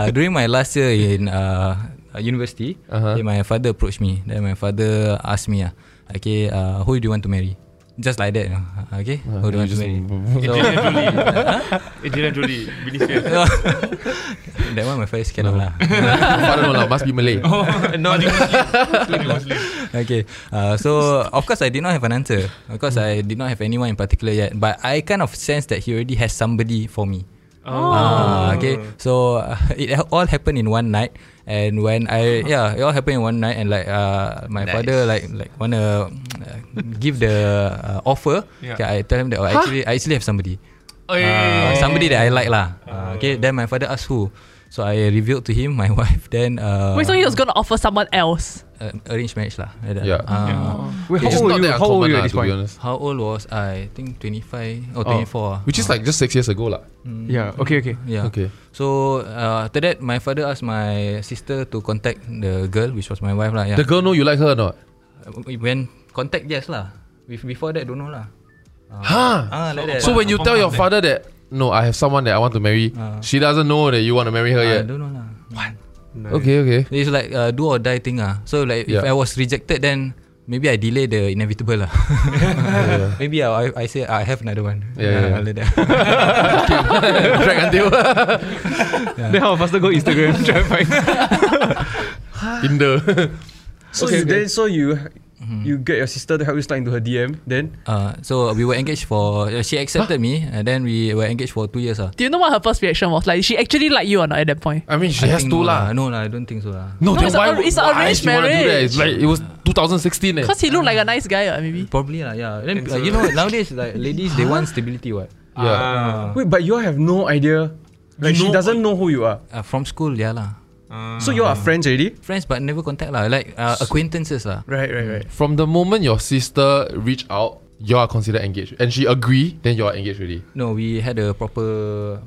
Speaker 1: Uh, during my last year in uh, uh, university,
Speaker 4: Uh-huh.
Speaker 1: okay, my father approached me. Then my father asked me, uh, okay, uh, who do you want to marry? Just like that, you know. Uh, okay.
Speaker 4: Uh-huh.
Speaker 1: who do you want to marry?
Speaker 3: Oh.
Speaker 1: So,
Speaker 3: <laughs> Angelina Eh, Jolie, Vinicius.
Speaker 1: that one my
Speaker 4: <laughs>
Speaker 1: face cannot lah.
Speaker 4: Father no lah, must be Malay.
Speaker 3: <laughs> <laughs> no, you Muslim, Muslim.
Speaker 1: okay. Uh, so of course I did not have an answer. Of course
Speaker 4: Mm.
Speaker 1: I did not have anyone in particular yet. But I kind of sense that he already has somebody for me.
Speaker 3: Oh.
Speaker 1: Ah, okay. So <laughs> uh, it ha- all happened in one night, and when I yeah, it all happened in one night, and like uh, my father like like wanna uh, give the uh, offer.
Speaker 3: Yeah.
Speaker 1: Okay, I tell him that oh, actually I actually have somebody,
Speaker 3: Oh, yeah, yeah,
Speaker 1: uh,
Speaker 3: yeah.
Speaker 1: somebody that I like lah. Uh, okay, then my father asked who. So I revealed to him my <laughs> wife. Then uh,
Speaker 2: Wait, so he was gonna offer someone else.
Speaker 1: uh, arranged marriage lah. like that.
Speaker 4: Yeah.
Speaker 1: Uh,
Speaker 5: Wait,
Speaker 4: It's
Speaker 5: how old were
Speaker 4: not
Speaker 5: you?
Speaker 4: that
Speaker 5: How old were
Speaker 4: uncommon
Speaker 5: you
Speaker 4: lah,
Speaker 5: at this
Speaker 4: to be
Speaker 5: point?
Speaker 4: honest.
Speaker 1: How old was I? I think 25 or
Speaker 5: Oh,
Speaker 1: 24.
Speaker 4: Which is like just six years ago, lah.
Speaker 5: Yeah. Okay. Okay.
Speaker 1: Uh, Yeah.
Speaker 4: Okay.
Speaker 1: So uh, after that, my father asked my sister to contact the girl, which was my wife lah. Yeah.
Speaker 4: The girl know you like her or not?
Speaker 1: Uh, when contact yes lah. Bef- Before that, don't know lah.
Speaker 4: Huh?
Speaker 1: Ah, like that.
Speaker 4: Ha! So when you tell your father that no, I have someone that I want to marry, she doesn't know that you want to marry her
Speaker 1: I
Speaker 4: yet.
Speaker 1: don't know lah. What?
Speaker 4: Okay, okay.
Speaker 1: It's like uh, do or die thing ah. So like if
Speaker 4: Yeah.
Speaker 1: I was rejected, then maybe I delay the
Speaker 4: <laughs>
Speaker 1: inevitable lah. <laughs> maybe I, I I say I have another one.
Speaker 4: Yeah, yeah, yeah.
Speaker 1: <laughs> like that.
Speaker 4: Drag until <laughs>
Speaker 5: Then how faster <laughs> go Instagram try and find.
Speaker 4: Tinder.
Speaker 5: So you, then so you you get your sister to help you slide into her DM. Then
Speaker 1: Uh, so we were engaged for uh, she accepted me, and then we were engaged for two years ah.
Speaker 2: Do you know what her first reaction was? Like, she actually liked you or not at that point?
Speaker 4: I mean, she
Speaker 1: I
Speaker 4: has
Speaker 1: think
Speaker 4: to
Speaker 1: no
Speaker 4: lah.
Speaker 1: No lah, I don't think so lah.
Speaker 4: No,
Speaker 2: No,
Speaker 4: then
Speaker 2: it's a-
Speaker 4: why?
Speaker 2: it's a
Speaker 4: why
Speaker 2: arranged
Speaker 4: she wanna Do that?
Speaker 2: marriage.
Speaker 4: It's like it was 2016. Eh.
Speaker 2: Because he looked like a nice guy, or maybe.
Speaker 1: Probably lah, yeah. Then,
Speaker 3: And
Speaker 1: uh,
Speaker 3: so-
Speaker 1: you know nowadays like ladies they want stability what.
Speaker 4: Yeah.
Speaker 3: Ah.
Speaker 5: wait, but you all have no idea. Like she
Speaker 3: You know-
Speaker 5: doesn't know who you are.
Speaker 1: Uh, from school, yeah lah.
Speaker 3: Ah.
Speaker 5: So you all are friends already.
Speaker 1: Friends but never contact lah. Like uh, acquaintances lah.
Speaker 5: Right. Right. Right.
Speaker 4: From the moment your sister reach out, you are considered engaged, and she agree, then you are engaged already.
Speaker 1: No, we had a proper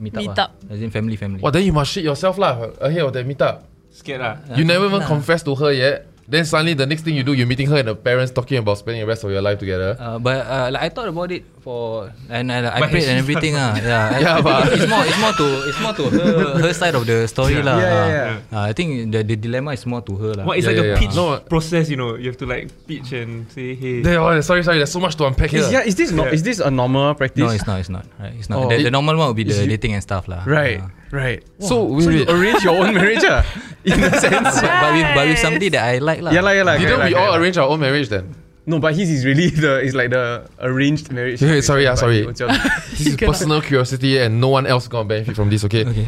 Speaker 1: meet up.
Speaker 2: Meet up.
Speaker 1: As in family, family.
Speaker 4: Well, then you must shit yourself lah ahead of that meetup.
Speaker 3: Scared ah. lah.
Speaker 4: you never even confess to her yet. Then suddenly the next thing you do, you're meeting her and her parents talking about spending the rest of your life together.
Speaker 1: Uh, but uh, like I thought about it for and I, I
Speaker 3: But
Speaker 1: prayed and
Speaker 3: she-
Speaker 1: everything ah yeah I-
Speaker 4: Yeah,
Speaker 1: I think
Speaker 4: but-
Speaker 1: it's more it's more to it's more to her her side of the story lah
Speaker 5: Yeah, yeah,
Speaker 1: Ah. Ah, I think the, the dilemma is more to her lah
Speaker 3: What it's
Speaker 4: Yeah,
Speaker 3: like
Speaker 4: yeah,
Speaker 3: a
Speaker 4: yeah.
Speaker 3: pitch
Speaker 4: No.
Speaker 3: process, you know. You have to like pitch and say, hey.
Speaker 4: There- oh, sorry, sorry, there's so much to unpack
Speaker 5: Is, yeah.
Speaker 4: here.
Speaker 5: Is this not?
Speaker 3: Yeah.
Speaker 5: Is this a normal practice?
Speaker 1: no it's not it's not right it's not
Speaker 5: Oh.
Speaker 1: the, the
Speaker 4: It-
Speaker 1: normal one would be
Speaker 5: is
Speaker 1: the
Speaker 5: you-
Speaker 1: dating and stuff lah
Speaker 5: Right.
Speaker 1: Ah.
Speaker 5: Right.
Speaker 4: So, wait,
Speaker 5: So you
Speaker 4: wait.
Speaker 5: arrange your own marriage, ah, <laughs> in a sense.
Speaker 1: but, but with but with somebody that I like lah
Speaker 5: Yeah, lah, yeah, lah.
Speaker 4: Didn't
Speaker 5: correct, correct,
Speaker 4: we all
Speaker 5: correct.
Speaker 4: arrange our own marriage then?
Speaker 5: No, but his is really the is like the arranged marriage.
Speaker 4: Wait, wait, sorry, yeah,
Speaker 5: But
Speaker 4: sorry.
Speaker 5: it was just-
Speaker 4: This is personal curiosity, and no one else gonna benefit from this.
Speaker 1: <laughs>
Speaker 4: Okay.
Speaker 1: Okay.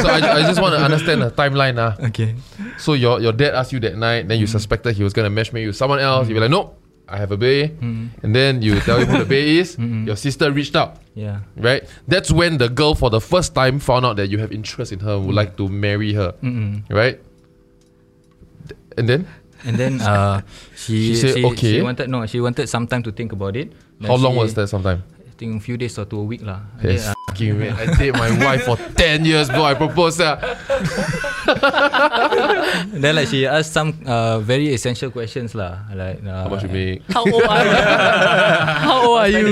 Speaker 4: so I, I
Speaker 5: <laughs>
Speaker 4: just want to understand the timeline. Ah.
Speaker 1: okay
Speaker 4: So your your dad asked you that night, then you
Speaker 5: Mm.
Speaker 4: suspected he was gonna match me with someone else. You were like, nope, I have a bay,
Speaker 5: Mm.
Speaker 1: Mm.
Speaker 4: and then you tell him who the
Speaker 5: <laughs>
Speaker 4: bay is. Your sister reached out.
Speaker 1: yeah
Speaker 4: Right, that's when the girl for the first time found out that you have interest in her and would
Speaker 5: Mm.
Speaker 4: like to marry her.
Speaker 1: Mm-mm.
Speaker 4: Right, Th- and then
Speaker 1: and
Speaker 4: <laughs>
Speaker 1: then uh she
Speaker 4: She said
Speaker 1: she,
Speaker 4: okay.
Speaker 1: she wanted no she wanted some time to think about it Then
Speaker 4: how long
Speaker 1: she-
Speaker 4: was that? Sometime.
Speaker 1: I think a few days or to a week lah And then,
Speaker 4: Yes.
Speaker 1: ah,
Speaker 4: Fucking man, I dated my wife <laughs> for ten years before I proposed. ah.
Speaker 1: then like she asked some uh, very essential questions lah like uh,
Speaker 4: How much you
Speaker 1: <laughs>
Speaker 4: make?
Speaker 2: How old are you? How old are
Speaker 4: <laughs>
Speaker 2: you?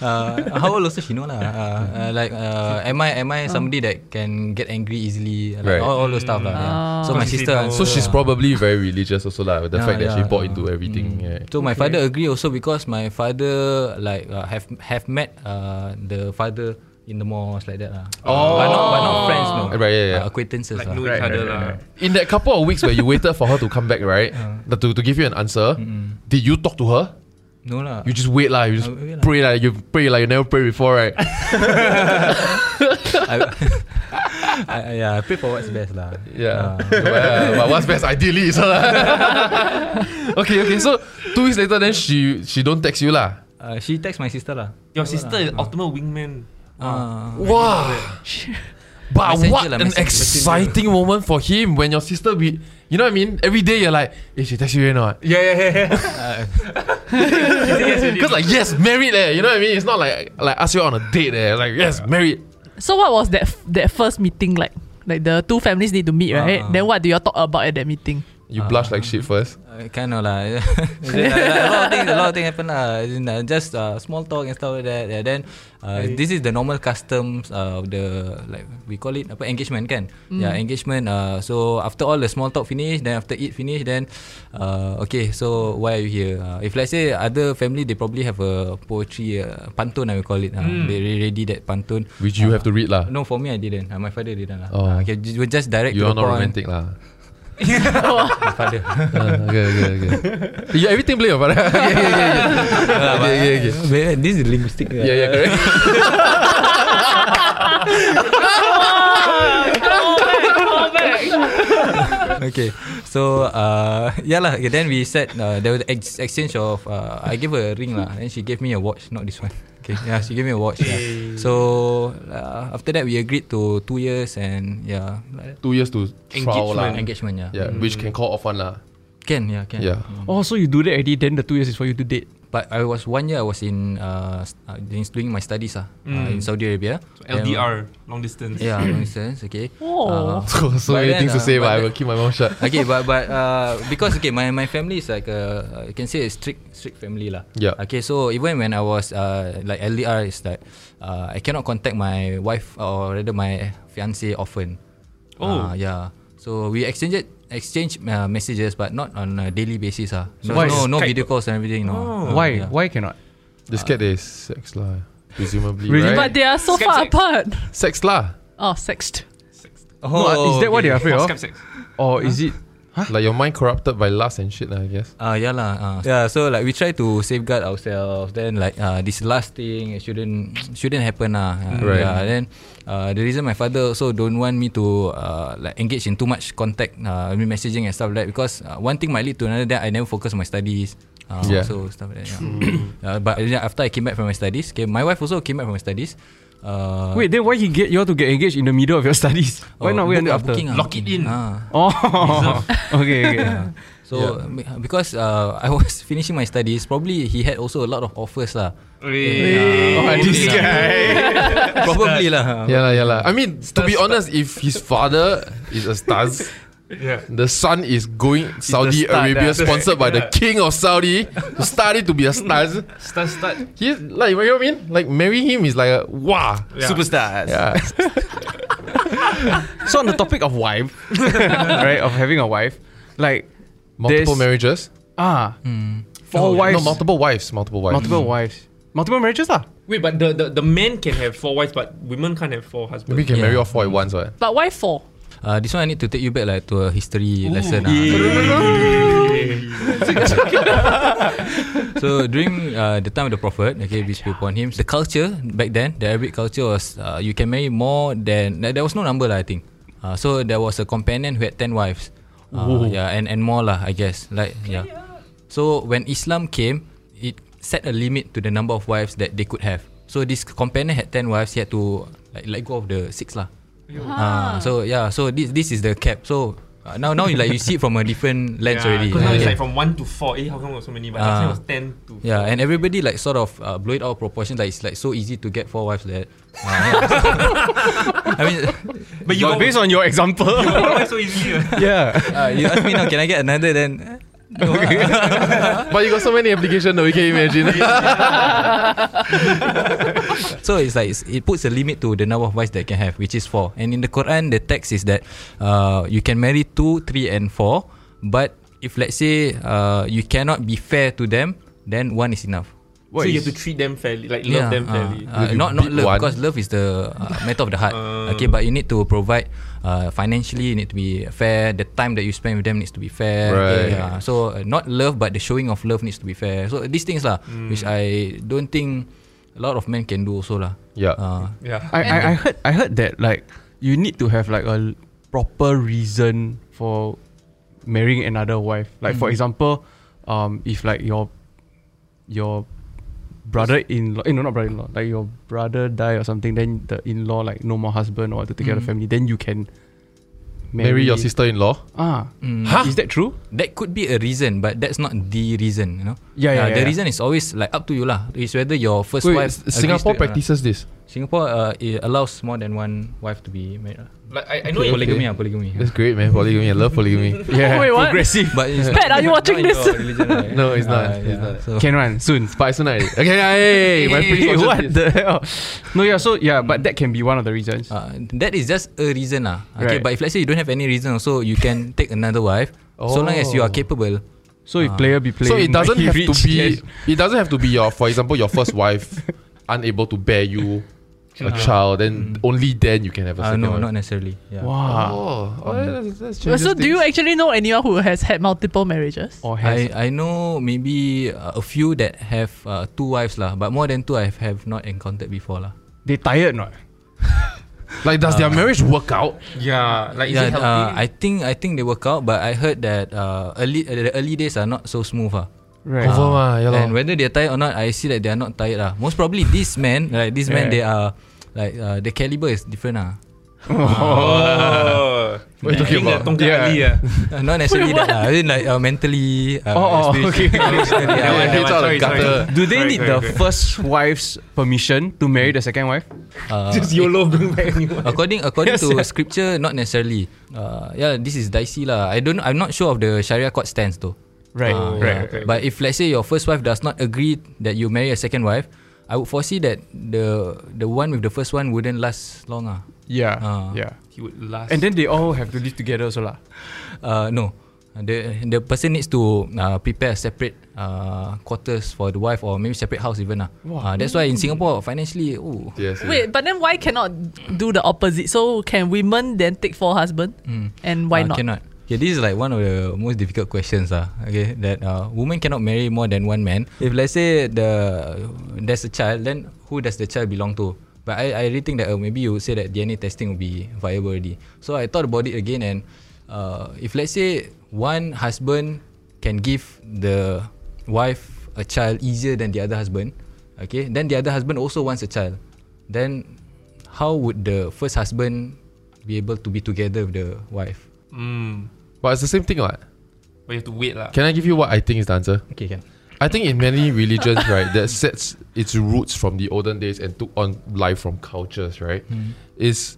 Speaker 1: uh, how old also she know lah. Uh, uh, like uh, am I am I somebody that can get angry easily? Like
Speaker 4: Right.
Speaker 1: all, all those stuff lah. yeah. So my
Speaker 3: Because she
Speaker 1: sister.
Speaker 3: said no.
Speaker 4: So
Speaker 1: answer
Speaker 4: she's
Speaker 1: lah.
Speaker 4: probably very religious also lah. with The
Speaker 1: Yeah,
Speaker 4: fact that she
Speaker 1: yeah,
Speaker 4: bought
Speaker 1: yeah.
Speaker 4: into everything. yeah.
Speaker 1: So my father agree also because my father like uh, have have met uh, the father in the malls like that lah.
Speaker 4: Oh.
Speaker 1: But not but not friends no.
Speaker 4: Right, yeah, yeah.
Speaker 1: Uh, acquaintances
Speaker 3: Like
Speaker 1: lah.
Speaker 3: know each
Speaker 5: Right,
Speaker 3: other
Speaker 5: right,
Speaker 3: lah.
Speaker 5: right,
Speaker 4: In that couple of weeks where you waited for her to come back, right? the- to, to give you an answer, did you talk to her?
Speaker 1: No lah.
Speaker 4: You just wait lah. You
Speaker 1: I
Speaker 4: just
Speaker 1: wait lah.
Speaker 4: pray like you pray like you never pray before, <laughs> right?
Speaker 1: I, I, I- yeah, I pray for what's best lah.
Speaker 4: Yeah. Well, but what's best ideally is her. lah. <laughs> okay, okay. So two weeks later, then she she don't text you lah.
Speaker 1: Uh, she text my sister lah.
Speaker 3: Your sister is ultimate wingman.
Speaker 1: Uh,
Speaker 4: Wow.
Speaker 1: <laughs>
Speaker 4: But
Speaker 1: Messenger
Speaker 4: what
Speaker 1: lah,
Speaker 4: an
Speaker 1: messenger,
Speaker 4: exciting moment for him when your sister be, you know what I mean? Every day you're like, eh, she text you or not?
Speaker 3: Yeah, yeah, yeah. yeah.
Speaker 1: Uh,
Speaker 4: <laughs> Because like, yes, married eh, you know what I mean? It's not like like ask you on a date eh, like yes, married.
Speaker 2: So what was that f- that first meeting like? Like the two families need to meet, right?
Speaker 1: Uh-uh.
Speaker 2: Then what do you all talk about at that meeting?
Speaker 4: You
Speaker 1: Ah.
Speaker 4: blush like shit first.
Speaker 1: Uh, kind of lah. <laughs> As in, uh, like, a lot of things, a lot of things happen lah. As in, uh, just uh, small talk and stuff like that. And then uh, this is the normal customs uh, of the like we call it apa engagement kan?
Speaker 4: Mm.
Speaker 1: Yeah, engagement. Uh, so after all the small talk finish, then after eat finish, then uh, okay. So why are you here? Uh, if let's say other family, they probably have a poetry uh, pantun. I will call it. Uh,
Speaker 4: Mm.
Speaker 1: They ready that pantun.
Speaker 4: Which you have to read lah.
Speaker 1: Ah. No, for me I didn't. Uh, my father didn't lah.
Speaker 4: Oh.
Speaker 1: Uh, okay, ju- just direct.
Speaker 4: You
Speaker 1: to
Speaker 4: are
Speaker 1: the
Speaker 4: not
Speaker 1: point.
Speaker 4: romantic lah.
Speaker 1: <laughs> My father.
Speaker 4: Uh, okay, okay,
Speaker 1: <laughs>
Speaker 4: okay. You everything blame your father. <laughs> okay, okay, okay. okay, <laughs> okay,
Speaker 1: <laughs>
Speaker 4: okay.
Speaker 1: This is linguistic. uh,
Speaker 4: Yeah, yeah, correct.
Speaker 1: <laughs> okay so uh <laughs> yeah lah okay, then we said uh, there was ex- exchange of uh, I gave her a ring lah and she gave me a watch not this one okay yeah she gave me a watch yeah. so uh, after that we agreed to two years and yeah like that.
Speaker 4: Two years to trial lah.
Speaker 1: engagement yeah.
Speaker 4: Yeah, which can call off one lah. <laughs>
Speaker 1: can yeah can Mm.
Speaker 4: Yeah.
Speaker 5: <laughs> Oh, so you do that already, then the two years is for you to date.
Speaker 1: but I was one year I was in uh, s- uh doing my studies ah uh, in
Speaker 4: Mm.
Speaker 1: Saudi Arabia
Speaker 3: LDR, long distance.
Speaker 1: yeah
Speaker 4: <coughs>
Speaker 1: long distance okay
Speaker 2: Oh.
Speaker 4: So, so
Speaker 1: But
Speaker 4: many
Speaker 1: then,
Speaker 4: things to
Speaker 1: uh,
Speaker 4: say,
Speaker 1: but
Speaker 4: but, I
Speaker 1: then-
Speaker 4: will keep my mouth shut.
Speaker 1: okay, but but uh, because okay, my, my family is like a uh, you can say a strict strict family lah.
Speaker 4: Yeah.
Speaker 1: Okay, so even when I was uh like LDR, is that uh, I cannot contact my wife or rather my fiance often.
Speaker 3: Oh.
Speaker 1: Uh, yeah. So we exchanged exchange uh, messages, but not on a daily basis ah. So
Speaker 5: Why?
Speaker 1: no no
Speaker 3: Skype? Oh.
Speaker 1: video calls and everything no. Uh,
Speaker 5: Why?
Speaker 1: yeah.
Speaker 5: Why cannot?
Speaker 4: This cat is sex lah, presumably.
Speaker 5: Really?
Speaker 2: But
Speaker 4: right?
Speaker 2: they are so
Speaker 3: Skype
Speaker 2: far
Speaker 3: sex.
Speaker 2: apart.
Speaker 4: sex lah,
Speaker 2: Oh, sexed.
Speaker 5: No, uh, is that what they are afraid
Speaker 3: Or
Speaker 5: of?
Speaker 3: Skype sex.
Speaker 5: Or is it
Speaker 4: like your mind corrupted by lust and shit lah. I guess.
Speaker 1: Ah, yeah lah. ah. Yeah, so like we try to safeguard ourselves. Then like uh, this last thing it shouldn't shouldn't happen lah. Ah,
Speaker 4: Right.
Speaker 1: Yeah. Then uh, the reason my father also don't want me to uh, like engage in too much contact, uh, I mean messaging and stuff like that because uh, one thing might lead to another. Then I never focus on my studies. Uh,
Speaker 4: Yeah.
Speaker 1: So stuff like that. <coughs> Yeah. uh, but then after I came back from my studies, okay, my wife also came back from my studies. Uh,
Speaker 5: Wait, then why he get you all to get engaged in the middle of your <laughs> studies? Why
Speaker 1: oh,
Speaker 5: not wait
Speaker 1: book
Speaker 5: until
Speaker 1: ah,
Speaker 5: after?
Speaker 1: booking ah,
Speaker 3: Lock it
Speaker 1: booking.
Speaker 3: in.
Speaker 1: Ah.
Speaker 5: <laughs> Oh, <laughs> okay, okay.
Speaker 1: So yeah. because uh, <laughs> I was finishing my studies, probably he had also a lot of offers lah.
Speaker 3: Oh,
Speaker 4: this
Speaker 5: lah.
Speaker 1: <laughs> Probably lah.
Speaker 4: Yeah lah, yeah lah. I mean, to be honest, if his father is a stars,
Speaker 3: Yeah.
Speaker 4: the son is going Saudi
Speaker 5: stud,
Speaker 4: Arabia,
Speaker 5: yeah.
Speaker 4: sponsored by the king of Saudi, to study to be a stars.
Speaker 3: Start, start.
Speaker 4: He's like, you know what I mean? Like, marry him is like, a, wow.
Speaker 3: Superstars.
Speaker 1: <laughs>
Speaker 4: Yeah.
Speaker 5: so on the topic of
Speaker 1: <laughs>
Speaker 5: wife, right? Of having a wife, like
Speaker 4: Multiple
Speaker 5: There's-
Speaker 4: marriages.
Speaker 5: ah,
Speaker 4: No,
Speaker 1: Hmm.
Speaker 5: four wives,
Speaker 4: No, multiple wives. Multiple wives.
Speaker 5: multiple wives, multiple marriages ah? lah.
Speaker 3: Wait, but the, the, the men can have four wives, but women can't have four husbands.
Speaker 4: Maybe you can marry
Speaker 1: Yeah.
Speaker 4: off four at once, right?
Speaker 2: But why four?
Speaker 1: Uh, this one I need to take you back like to a history lesson. ah. So during uh, the time of the Prophet, okay, which be upon him, the culture back then, the Arabic culture was uh, you can marry more than there was no number lah. I think. Uh, so there was a companion who had ten wives. Uh, yeah, and and more lah. I guess like yeah. So when Islam came, it set a limit to the number of wives that they could have. So this companion had ten wives. He had to like let go of the six lah. Ah, so yeah, so this this is the cap. So uh, now now you like you see it from a different lens already.
Speaker 3: Because now it's
Speaker 1: Yeah.
Speaker 3: like from one to four. Eh, how come it was so many? But last
Speaker 1: Ah.
Speaker 3: time it was ten to.
Speaker 1: Yeah, and everybody like sort of uh, blow it out of proportion. Like it's like so easy to get four wives. That uh, <laughs> yeah. I mean,
Speaker 3: But you
Speaker 5: Well,
Speaker 3: got
Speaker 5: based on your <laughs> example,
Speaker 3: four <laughs> wives so easily. eh.
Speaker 5: yeah.
Speaker 1: uh, you ask me now, can I get another? Then eh, no, ah.
Speaker 4: but you got so many applications that we can imagine.
Speaker 1: so it's like it's, it puts a limit to the number of wives that can have, which is four. And in the Quran, the text is that uh, you can marry two, three, and four. But if let's say uh, you cannot be fair to them, then one is enough.
Speaker 5: what
Speaker 3: <laughs> so you
Speaker 5: is-
Speaker 3: have to treat them fairly, like
Speaker 1: Yeah,
Speaker 3: love them
Speaker 1: uh,
Speaker 3: fairly.
Speaker 1: uh,
Speaker 4: You
Speaker 1: not not
Speaker 4: beat
Speaker 1: love
Speaker 4: one.
Speaker 1: because love is the uh, matter of the heart. okay, but you need to provide uh, financially. You need to be fair. The time that you spend with them needs to be fair. okay,
Speaker 4: Right.
Speaker 1: yeah. So uh, not love, but the showing of love needs to be fair. So these things lah,
Speaker 3: Hmm.
Speaker 1: which I don't think a lot of men can do also lah.
Speaker 4: <laughs> Yeah.
Speaker 1: Uh,
Speaker 3: yeah.
Speaker 5: I, I, I heard I heard that like you need to have like a l- proper reason for marrying another wife. Like for example, um, if like your your brother in law, eh, no not brother in law, like your brother die or something, then the in law like no more husband or to take care of the family, then you can Mm. marry,
Speaker 4: Marry your sister-in-law.
Speaker 5: Ah,
Speaker 1: mm,
Speaker 5: is that true?
Speaker 1: That could be a reason, but that's not the reason. You know.
Speaker 5: Yeah, yeah,
Speaker 1: Uh, the
Speaker 5: yeah.
Speaker 1: reason is always like up to you lah. It's whether your first
Speaker 4: Wait,
Speaker 1: wife.
Speaker 4: S-
Speaker 1: agrees
Speaker 4: Singapore
Speaker 1: to- uh,
Speaker 4: practices this.
Speaker 1: Singapore uh, it allows more than one wife to be married. lah.
Speaker 3: Like I, I know.
Speaker 4: Okay,
Speaker 3: it-
Speaker 4: okay.
Speaker 1: Polygamy, ah, polygamy.
Speaker 4: That's great, man. Polygamy. I love polygamy.
Speaker 2: Oh, wait, what?
Speaker 1: Progressive, but it's
Speaker 2: Pat, are you
Speaker 1: not
Speaker 2: watching
Speaker 1: in
Speaker 2: this?
Speaker 1: your religion, right?
Speaker 4: No, it's not.
Speaker 1: Ah,
Speaker 4: It's
Speaker 1: yeah.
Speaker 4: not.
Speaker 1: So,
Speaker 5: Can run soon.
Speaker 4: But it's not. <laughs> Okay,
Speaker 5: <laughs>
Speaker 4: hey, my
Speaker 5: Hey,
Speaker 4: preconception
Speaker 5: what
Speaker 4: is-
Speaker 5: the hell? No, yeah. So yeah, but that can be one of the reasons.
Speaker 1: uh, that is just a reason lah. Okay,
Speaker 5: Right.
Speaker 1: but if let's say you don't have any reason, also you can take another wife, so long as you are capable.
Speaker 5: Ah. so if player be playing,
Speaker 4: So it
Speaker 5: like, <laughs>
Speaker 4: doesn't
Speaker 5: he
Speaker 4: have to
Speaker 5: reach-
Speaker 4: be. It doesn't have to be your, for example, your first wife unable to bear you a child. Then only then you can have a
Speaker 1: Uh,
Speaker 4: second
Speaker 1: no,
Speaker 4: wife.
Speaker 1: not necessarily. Yeah.
Speaker 5: Wow.
Speaker 4: Oh, oh, that's, that's
Speaker 2: so
Speaker 4: changes
Speaker 2: do you
Speaker 4: things.
Speaker 2: actually know anyone who has had multiple marriages?
Speaker 5: Or has
Speaker 1: I I know maybe uh, a few that have uh, two wives lah, but more than two I have not encountered before lah.
Speaker 5: they tired not?
Speaker 4: like? Does their marriage work out?
Speaker 3: Yeah, like is it
Speaker 1: yeah, uh,
Speaker 3: healthy?
Speaker 1: I think I think they work out, but I heard that uh, early uh, the early days are not so smooth ah.
Speaker 5: Right.
Speaker 4: Confirm ah,
Speaker 5: ya
Speaker 4: yeah
Speaker 1: and
Speaker 4: lor.
Speaker 1: whether they're tired or not, I see that they are not tired lah. Most probably these men, like these men,
Speaker 5: Yeah.
Speaker 1: they are like uh, the caliber is different ah.
Speaker 3: oh, <laughs>
Speaker 4: What you talking
Speaker 3: Being the
Speaker 4: about?
Speaker 3: Tongkat
Speaker 4: Yeah.
Speaker 3: Ali,
Speaker 4: <laughs>
Speaker 3: ah.
Speaker 1: Uh, not necessarily that lah. I mean like uh, mentally. Uh,
Speaker 5: Oh, oh, <laughs> okay.
Speaker 1: spiritually, emotionally,
Speaker 4: Yeah,
Speaker 1: ah.
Speaker 4: yeah,
Speaker 3: yeah,
Speaker 4: it's out of
Speaker 3: sorry,
Speaker 5: Do they
Speaker 4: gutter.
Speaker 3: Correct,
Speaker 5: need
Speaker 3: correct,
Speaker 5: the
Speaker 3: correct.
Speaker 5: first wife's permission to marry the second wife?
Speaker 1: Uh,
Speaker 3: <laughs> Just YOLO bring back
Speaker 4: <laughs>
Speaker 3: anyone.
Speaker 1: According according
Speaker 5: Yes,
Speaker 1: to
Speaker 5: yeah.
Speaker 1: scripture, not necessarily. Uh, yeah, this is dicey lah. I don't. I'm not sure of the Sharia court stance though.
Speaker 5: Right.
Speaker 1: Ah,
Speaker 5: right.
Speaker 1: yeah. But if let's say your first wife does not agree that you marry a second wife, I would foresee that the the one with the first one wouldn't last long ah.
Speaker 5: Yeah.
Speaker 1: Ah.
Speaker 5: yeah.
Speaker 3: He would last.
Speaker 5: And then they all have to live together also lah.
Speaker 1: Uh, no. The the person needs to uh, prepare a separate uh, quarters for the wife or maybe separate house even lah. Uh, that's why in Singapore financially, oh,
Speaker 4: Yes. yes.
Speaker 2: Wait, but then why cannot do the opposite? So can women then take four husband? And why
Speaker 1: uh,
Speaker 2: not?
Speaker 1: Cannot. Okay, this is like one of the most difficult questions ah. Okay, that uh, woman cannot marry more than one man. If let's say the there's a child, then who does the child belong to? But I, I really think that uh, maybe you would say that DNA testing would be viable already. So I thought about it again, and uh, if let's say one husband can give the wife a child easier than the other husband, okay, then the other husband also wants a child, then how would the first husband be able to be together with the wife?
Speaker 3: Mm.
Speaker 4: But it's the same thing, what?
Speaker 3: But you have to wait lah.
Speaker 4: Can I give you what I think is the answer?
Speaker 1: Okay, can.
Speaker 4: I think in many religions, right, that sets its roots from the olden days and took on life from cultures, right, is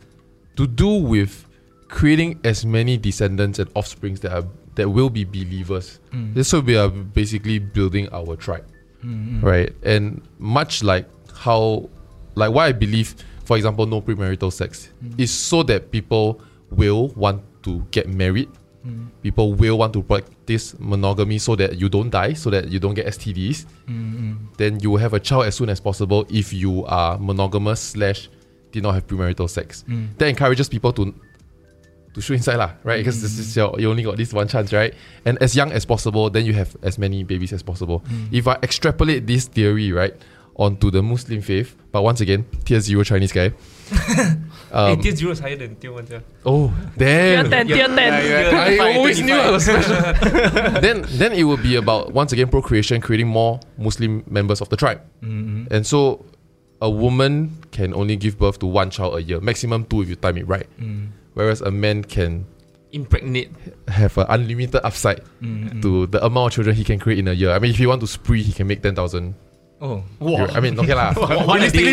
Speaker 4: to do with creating as many descendants and offsprings that are that will be believers. This will be uh, basically building our tribe, right? And much like how, like why I believe, for example, no premarital sex is so that people will want to get married people will want to practice monogamy so that you don't die, so that you don't get STDs. Then you will have a child as soon as possible if you are monogamous slash did not have premarital sex. That encourages people to to shoot inside lah, right? Because this is your you only got this one chance, right? And as young as possible, then you have as many babies as possible. If I extrapolate this theory, right, onto the Muslim faith, but once again, tier zero Chinese guy.
Speaker 3: hey,
Speaker 4: Um,
Speaker 3: tier zero is higher than tier one. Yeah.
Speaker 4: Oh,
Speaker 2: Tier
Speaker 4: damn!
Speaker 2: 10, tier 10.
Speaker 4: I
Speaker 3: Five,
Speaker 4: always knew I
Speaker 3: 25.
Speaker 4: was special. then, then it will be about once again procreation, creating more Muslim members of the tribe, and so a woman can only give birth to one child a year, maximum two if you time it right. Whereas a man can
Speaker 3: Impregnate.
Speaker 4: have an unlimited upside to the amount of children he can create in a year. I mean, if he want to spree, he can make ten thousand.
Speaker 1: Oh.
Speaker 4: I mean,
Speaker 3: <laughs>
Speaker 4: okay lah.
Speaker 3: what a
Speaker 4: Realistically,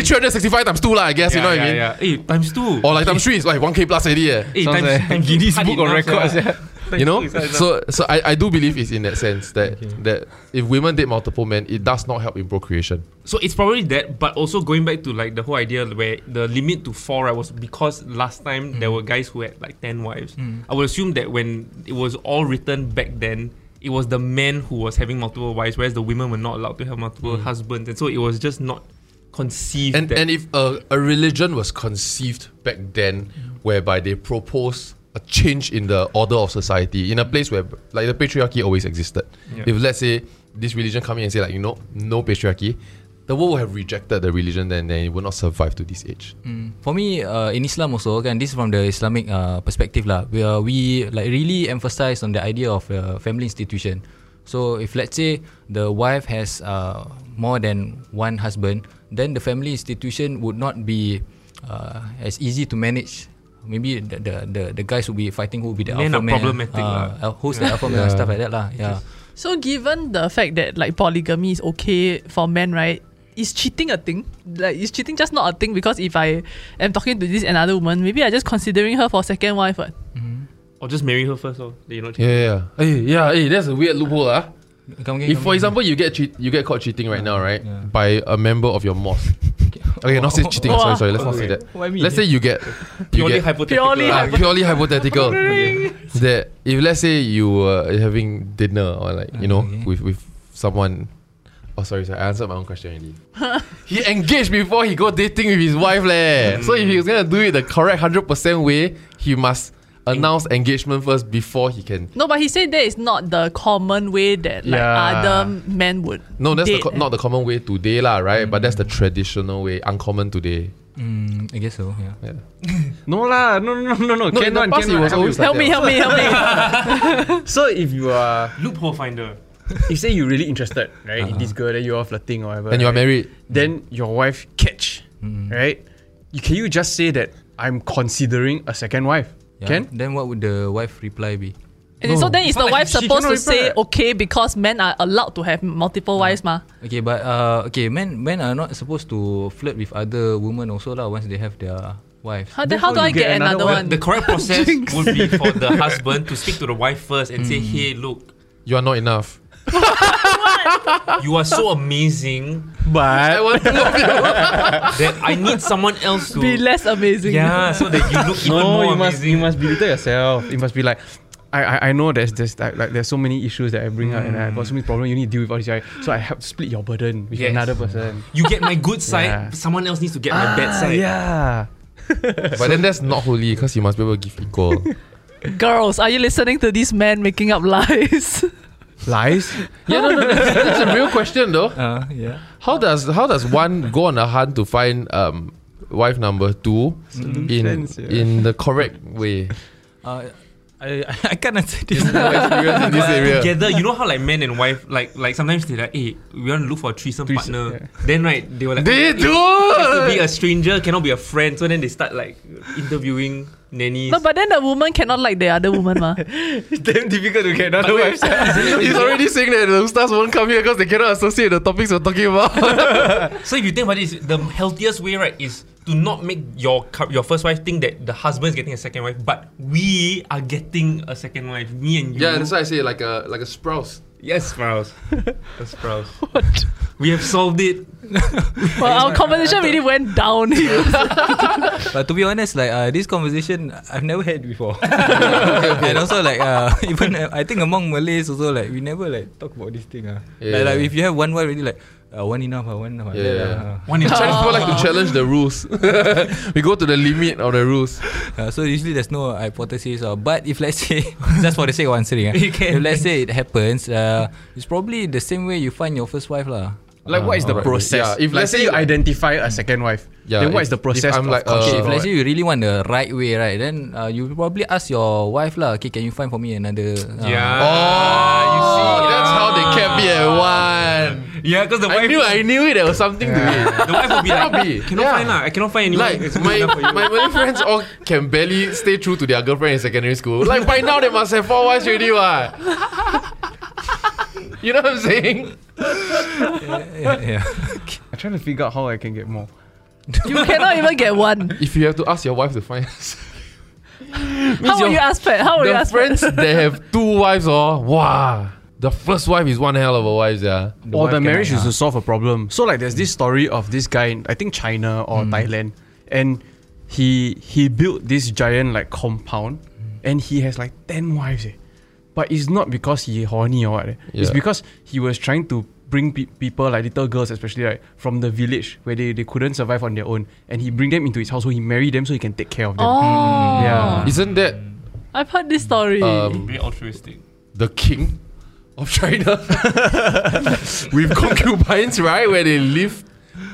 Speaker 3: day.
Speaker 4: three hundred sixty-five times two lah. I guess you know what Oh, I mean.
Speaker 3: Yeah. Oh, Hey, times two.
Speaker 4: Or like times three is like one k plus already. Eh.
Speaker 3: hey,
Speaker 5: Sounds
Speaker 4: <laughs>
Speaker 3: times,
Speaker 5: like
Speaker 3: times
Speaker 5: Guinness
Speaker 3: hard
Speaker 5: Book of
Speaker 3: enough,
Speaker 5: Records,
Speaker 3: yeah. Times
Speaker 4: you know
Speaker 3: two is hard enough.
Speaker 4: so so I, I do believe it's in that sense that that if women date multiple men it does not help in procreation
Speaker 3: so it's probably that, but also going back to like the whole idea where the limit to four right was because last
Speaker 4: Mm.
Speaker 3: time there were guys who had like ten wives. I would assume that when it was all written back then, it was the men who was having multiple wives, whereas the women were not allowed to have multiple husbands, and so it was just not conceived.
Speaker 4: Mm. And
Speaker 3: that-
Speaker 4: and if a, a religion was conceived back then, whereby they proposed a change in the order of society in a place where like the patriarchy always existed.
Speaker 3: Yeah.
Speaker 4: If let's say this religion come in and say like you know no patriarchy, the world would have rejected the religion then then it would not survive to this age.
Speaker 1: For me, uh, in Islam also, kan, this is from the Islamic uh, perspective lah. We, uh, we like really emphasize on the idea of uh, family institution. So if let's say the wife has uh, more than one husband, then the family institution would not be uh, as easy to manage. Maybe the the the, the guys would be fighting who will be the
Speaker 3: Men
Speaker 1: alpha
Speaker 3: are
Speaker 1: male,
Speaker 3: problematic
Speaker 1: uh,
Speaker 3: lah.
Speaker 1: who's the alpha male
Speaker 4: Yeah.
Speaker 1: stuff like that lah. Yeah.
Speaker 2: So given the fact that like polygamy is okay for men, right? Is cheating a thing? Like is cheating just not a thing because if I am talking to this another woman, maybe I just considering her for second wife. What?
Speaker 3: or just marry her first, so that you know.
Speaker 4: Yeah, yeah. Hey, yeah, hey, that's a weird loophole, ah.
Speaker 1: Come again,
Speaker 4: If
Speaker 1: come
Speaker 4: for
Speaker 1: again.
Speaker 4: example you get cheat, you get caught cheating right now, right? By a member of your mosque. Okay, not say cheating,
Speaker 2: Wah.
Speaker 4: sorry, sorry, let's not say that. Let's say you get you
Speaker 3: Purely
Speaker 4: get
Speaker 3: hypothetical.
Speaker 2: Purely
Speaker 3: lah.
Speaker 4: Ah, purely hypothetical. that if let's say you were having dinner or like you know
Speaker 1: Okay.
Speaker 4: with with someone. Oh sorry, sorry, I answered my own question already. he engaged before he go dating with his wife leh. So if he was gonna do it the correct hundred percent way, he must announce engagement first before he can.
Speaker 2: No, but he said that is not the common way that like
Speaker 4: Yeah.
Speaker 2: other men would.
Speaker 4: No, that's the
Speaker 2: date.
Speaker 4: co- not the common way today lah, right? But that's the traditional way, uncommon today.
Speaker 1: Mm, I guess so. Yeah.
Speaker 4: Yeah.
Speaker 5: No lah, no, no, no, no.
Speaker 4: No, in the
Speaker 5: cannot,
Speaker 4: past it
Speaker 5: cannot.
Speaker 4: was always
Speaker 2: Help me, help me, help
Speaker 4: <laughs>
Speaker 2: me.
Speaker 5: So if you are,
Speaker 3: Loophole finder.
Speaker 5: if say you're really interested, right, in this girl, then Uh-huh. you are flirting or whatever,
Speaker 4: And you are
Speaker 5: right,
Speaker 4: married.
Speaker 5: then your wife catch, right? You, can you just say that I'm considering a second wife?
Speaker 1: yeah. <laughs>
Speaker 5: Can?
Speaker 1: Then what would the wife reply be?
Speaker 2: And so then is
Speaker 5: But
Speaker 2: the wife
Speaker 5: she
Speaker 2: supposed to
Speaker 5: cannot reply.
Speaker 2: say okay because men are allowed to have multiple wives, ma?
Speaker 1: Okay, but uh, okay, men men are not supposed to flirt with other women also lah once they have their wives.
Speaker 2: How, then how do I get another
Speaker 3: The,
Speaker 2: one?
Speaker 3: the correct process would be for the husband to speak to the wife first and
Speaker 4: Mm.
Speaker 3: say, "Hey, look,
Speaker 4: You are
Speaker 5: <laughs>
Speaker 4: not enough.
Speaker 3: you are so amazing
Speaker 4: I
Speaker 5: But
Speaker 4: want two of you.
Speaker 3: that I need someone else to."
Speaker 2: Be less amazing.
Speaker 3: yeah, so that you look even
Speaker 5: no,
Speaker 3: more
Speaker 5: you must,
Speaker 3: amazing.
Speaker 5: you must belittle yourself. It must be like. I, I, I know there's there's like, like there's so many issues that I bring up and I got so many problems you need to deal with all this right? so I help split your burden with
Speaker 3: Yes.
Speaker 5: another person.
Speaker 3: You get my good side.
Speaker 5: Yeah.
Speaker 3: Someone else needs to get my bad
Speaker 5: Ah,
Speaker 3: side.
Speaker 5: yeah.
Speaker 4: But then that's not holy because you must be able to give equal.
Speaker 2: Girls, are you listening to these men making up <laughs> lies?
Speaker 5: Lies?
Speaker 4: yeah, no, no, that's, that's a real question though.
Speaker 1: Uh, yeah.
Speaker 4: How does how does one go on a hunt to find um wife number two in
Speaker 5: Solutions, Mm-hmm. yeah.
Speaker 4: in the correct
Speaker 5: <laughs>
Speaker 4: way?
Speaker 1: Uh, I I can't answer this.
Speaker 4: No experience in this
Speaker 3: But
Speaker 4: area.
Speaker 3: Uh, together, you know how like men and wife like like sometimes they like, hey, we want to look for a threesome,
Speaker 5: Threesome,
Speaker 3: partner.
Speaker 5: yeah.
Speaker 3: Then right, they were like,
Speaker 4: They
Speaker 3: "It has to be a
Speaker 4: do.
Speaker 3: stranger, cannot be a friend. So then they start like interviewing nannies.
Speaker 2: no, but then the woman cannot like the other woman,
Speaker 4: <laughs>
Speaker 2: ma.
Speaker 5: It's damn difficult to get another website.
Speaker 4: He's already saying that the stars won't come here because they cannot associate the topics we're talking about.
Speaker 3: <laughs>
Speaker 5: <laughs>
Speaker 3: So if you think about it, the healthiest way, right, is to not make your cou- your first wife think that the husband is getting a second wife, but we are getting a second wife, me and you.
Speaker 4: yeah, that's why I say like a like a sprouse.
Speaker 3: Yes, Sprouse. A Sprouse. We have solved it.
Speaker 2: Well, our conversation really went
Speaker 4: <laughs>
Speaker 2: downhill.
Speaker 1: <laughs> but to be honest, like uh, this conversation I've never had <laughs> before. And also like uh, <laughs> even uh, I think among Malays also like we never like talk about this thing. Uh.
Speaker 4: Yeah.
Speaker 1: Like, like if you have one wife already like uh, one enough, uh, one enough. uh,
Speaker 4: Yeah,
Speaker 1: like that,
Speaker 4: yeah.
Speaker 1: uh.
Speaker 3: One is
Speaker 4: Chinese people like to challenge the rules. <laughs> we go to the limit of the rules.
Speaker 1: Uh, so usually there's no hypothesis or but if let's say <laughs> just for the sake of answering, uh,
Speaker 3: <laughs> You can.
Speaker 1: if let's say it happens, uh, it's probably the same way you find your first wife lah.
Speaker 5: Like, what is the
Speaker 4: Alright.
Speaker 5: process?
Speaker 4: Yeah, if
Speaker 5: Oh, if let's
Speaker 4: let's
Speaker 5: say
Speaker 4: say
Speaker 5: you
Speaker 4: you-
Speaker 5: identify a second wife,
Speaker 4: Yeah,
Speaker 5: then what is
Speaker 4: if-
Speaker 5: the
Speaker 4: if
Speaker 5: process?
Speaker 4: I'm
Speaker 5: of
Speaker 4: like, uh,
Speaker 5: courtship
Speaker 1: Okay, if
Speaker 5: or
Speaker 1: let's
Speaker 5: what?
Speaker 1: say you really want the right way, right, then uh, you probably ask your wife lah. Okay, can you find for me another? Uh,
Speaker 3: Yeah.
Speaker 4: Oh,
Speaker 3: Ah, you see.
Speaker 4: that's
Speaker 3: yeah.
Speaker 4: how they kept me at one.
Speaker 3: Yeah, because the
Speaker 4: I
Speaker 3: wife.
Speaker 4: knew, I knew it. There was something to it.
Speaker 3: <laughs> the wife will be
Speaker 4: Cannot
Speaker 3: like,
Speaker 4: be.
Speaker 3: cannot
Speaker 4: Yeah.
Speaker 3: find lah. I cannot find anyone.
Speaker 4: Like my my Malay friends all can barely stay true to their girlfriend in secondary school. Like by now they must have four wives already, what? <laughs> You know what I'm saying?
Speaker 1: <laughs> yeah, yeah.
Speaker 5: I'm trying to figure out how I can get more.
Speaker 2: you cannot even get one.
Speaker 4: If you have to ask your wife to find,
Speaker 2: How will
Speaker 4: your-
Speaker 2: you ask Pat? How will you
Speaker 4: the
Speaker 2: ask <laughs>
Speaker 4: friends
Speaker 2: Pat?
Speaker 4: they have two wives, oh wow. The first wife is one hell of a wife, yeah.
Speaker 5: or
Speaker 1: wife
Speaker 5: the
Speaker 1: cannot,
Speaker 5: marriage is
Speaker 1: yeah.
Speaker 5: to solve a problem. So like there's this story of this guy in I think China or Thailand, and he he built this giant like compound, and he has like ten wives. Eh. But it's not because he horny or what. eh. It's
Speaker 4: Yeah.
Speaker 5: because he was trying to bring pe- people, like little girls especially, right, from the village where they, they couldn't survive on their own. And he bring them into his household. He marry them so he can take care of them.
Speaker 2: Oh,
Speaker 5: Yeah.
Speaker 4: Isn't that
Speaker 2: I've heard this story.
Speaker 4: Mm, um,
Speaker 3: Very altruistic.
Speaker 4: the king of China <laughs> with concubines, right? Where they live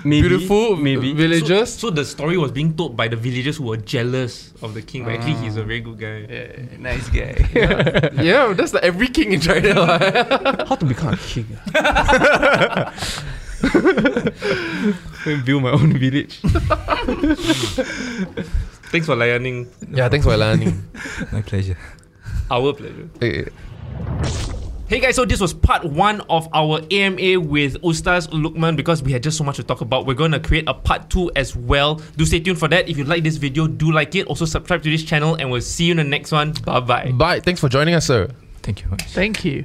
Speaker 5: Maybe,
Speaker 4: beautiful
Speaker 5: Maybe.
Speaker 4: villages.
Speaker 3: So, so the story was being told by the villagers who were jealous of the king, but actually he's a
Speaker 4: Ah.
Speaker 3: very good guy.
Speaker 5: nice
Speaker 3: <laughs>
Speaker 5: guy.
Speaker 4: yeah, that's like every king in China. <laughs> right?
Speaker 5: How to become a
Speaker 2: <laughs>
Speaker 5: king? <laughs> build my own village.
Speaker 3: Thanks for lianing.
Speaker 4: yeah, thanks for learning.
Speaker 1: My pleasure.
Speaker 3: Our pleasure.
Speaker 4: Eh,
Speaker 3: Hey guys, so this was part one of our AMA with Ustaz Lukman because we had just so much to talk about. We're going to create a part two as well. Do stay tuned for that. If you like this video, do like it. Also, subscribe to this channel, and we'll see you in the next one. Bye bye.
Speaker 4: <laughs> Bye. Thanks for joining us, sir.
Speaker 1: Thank you very much.
Speaker 2: Thank you.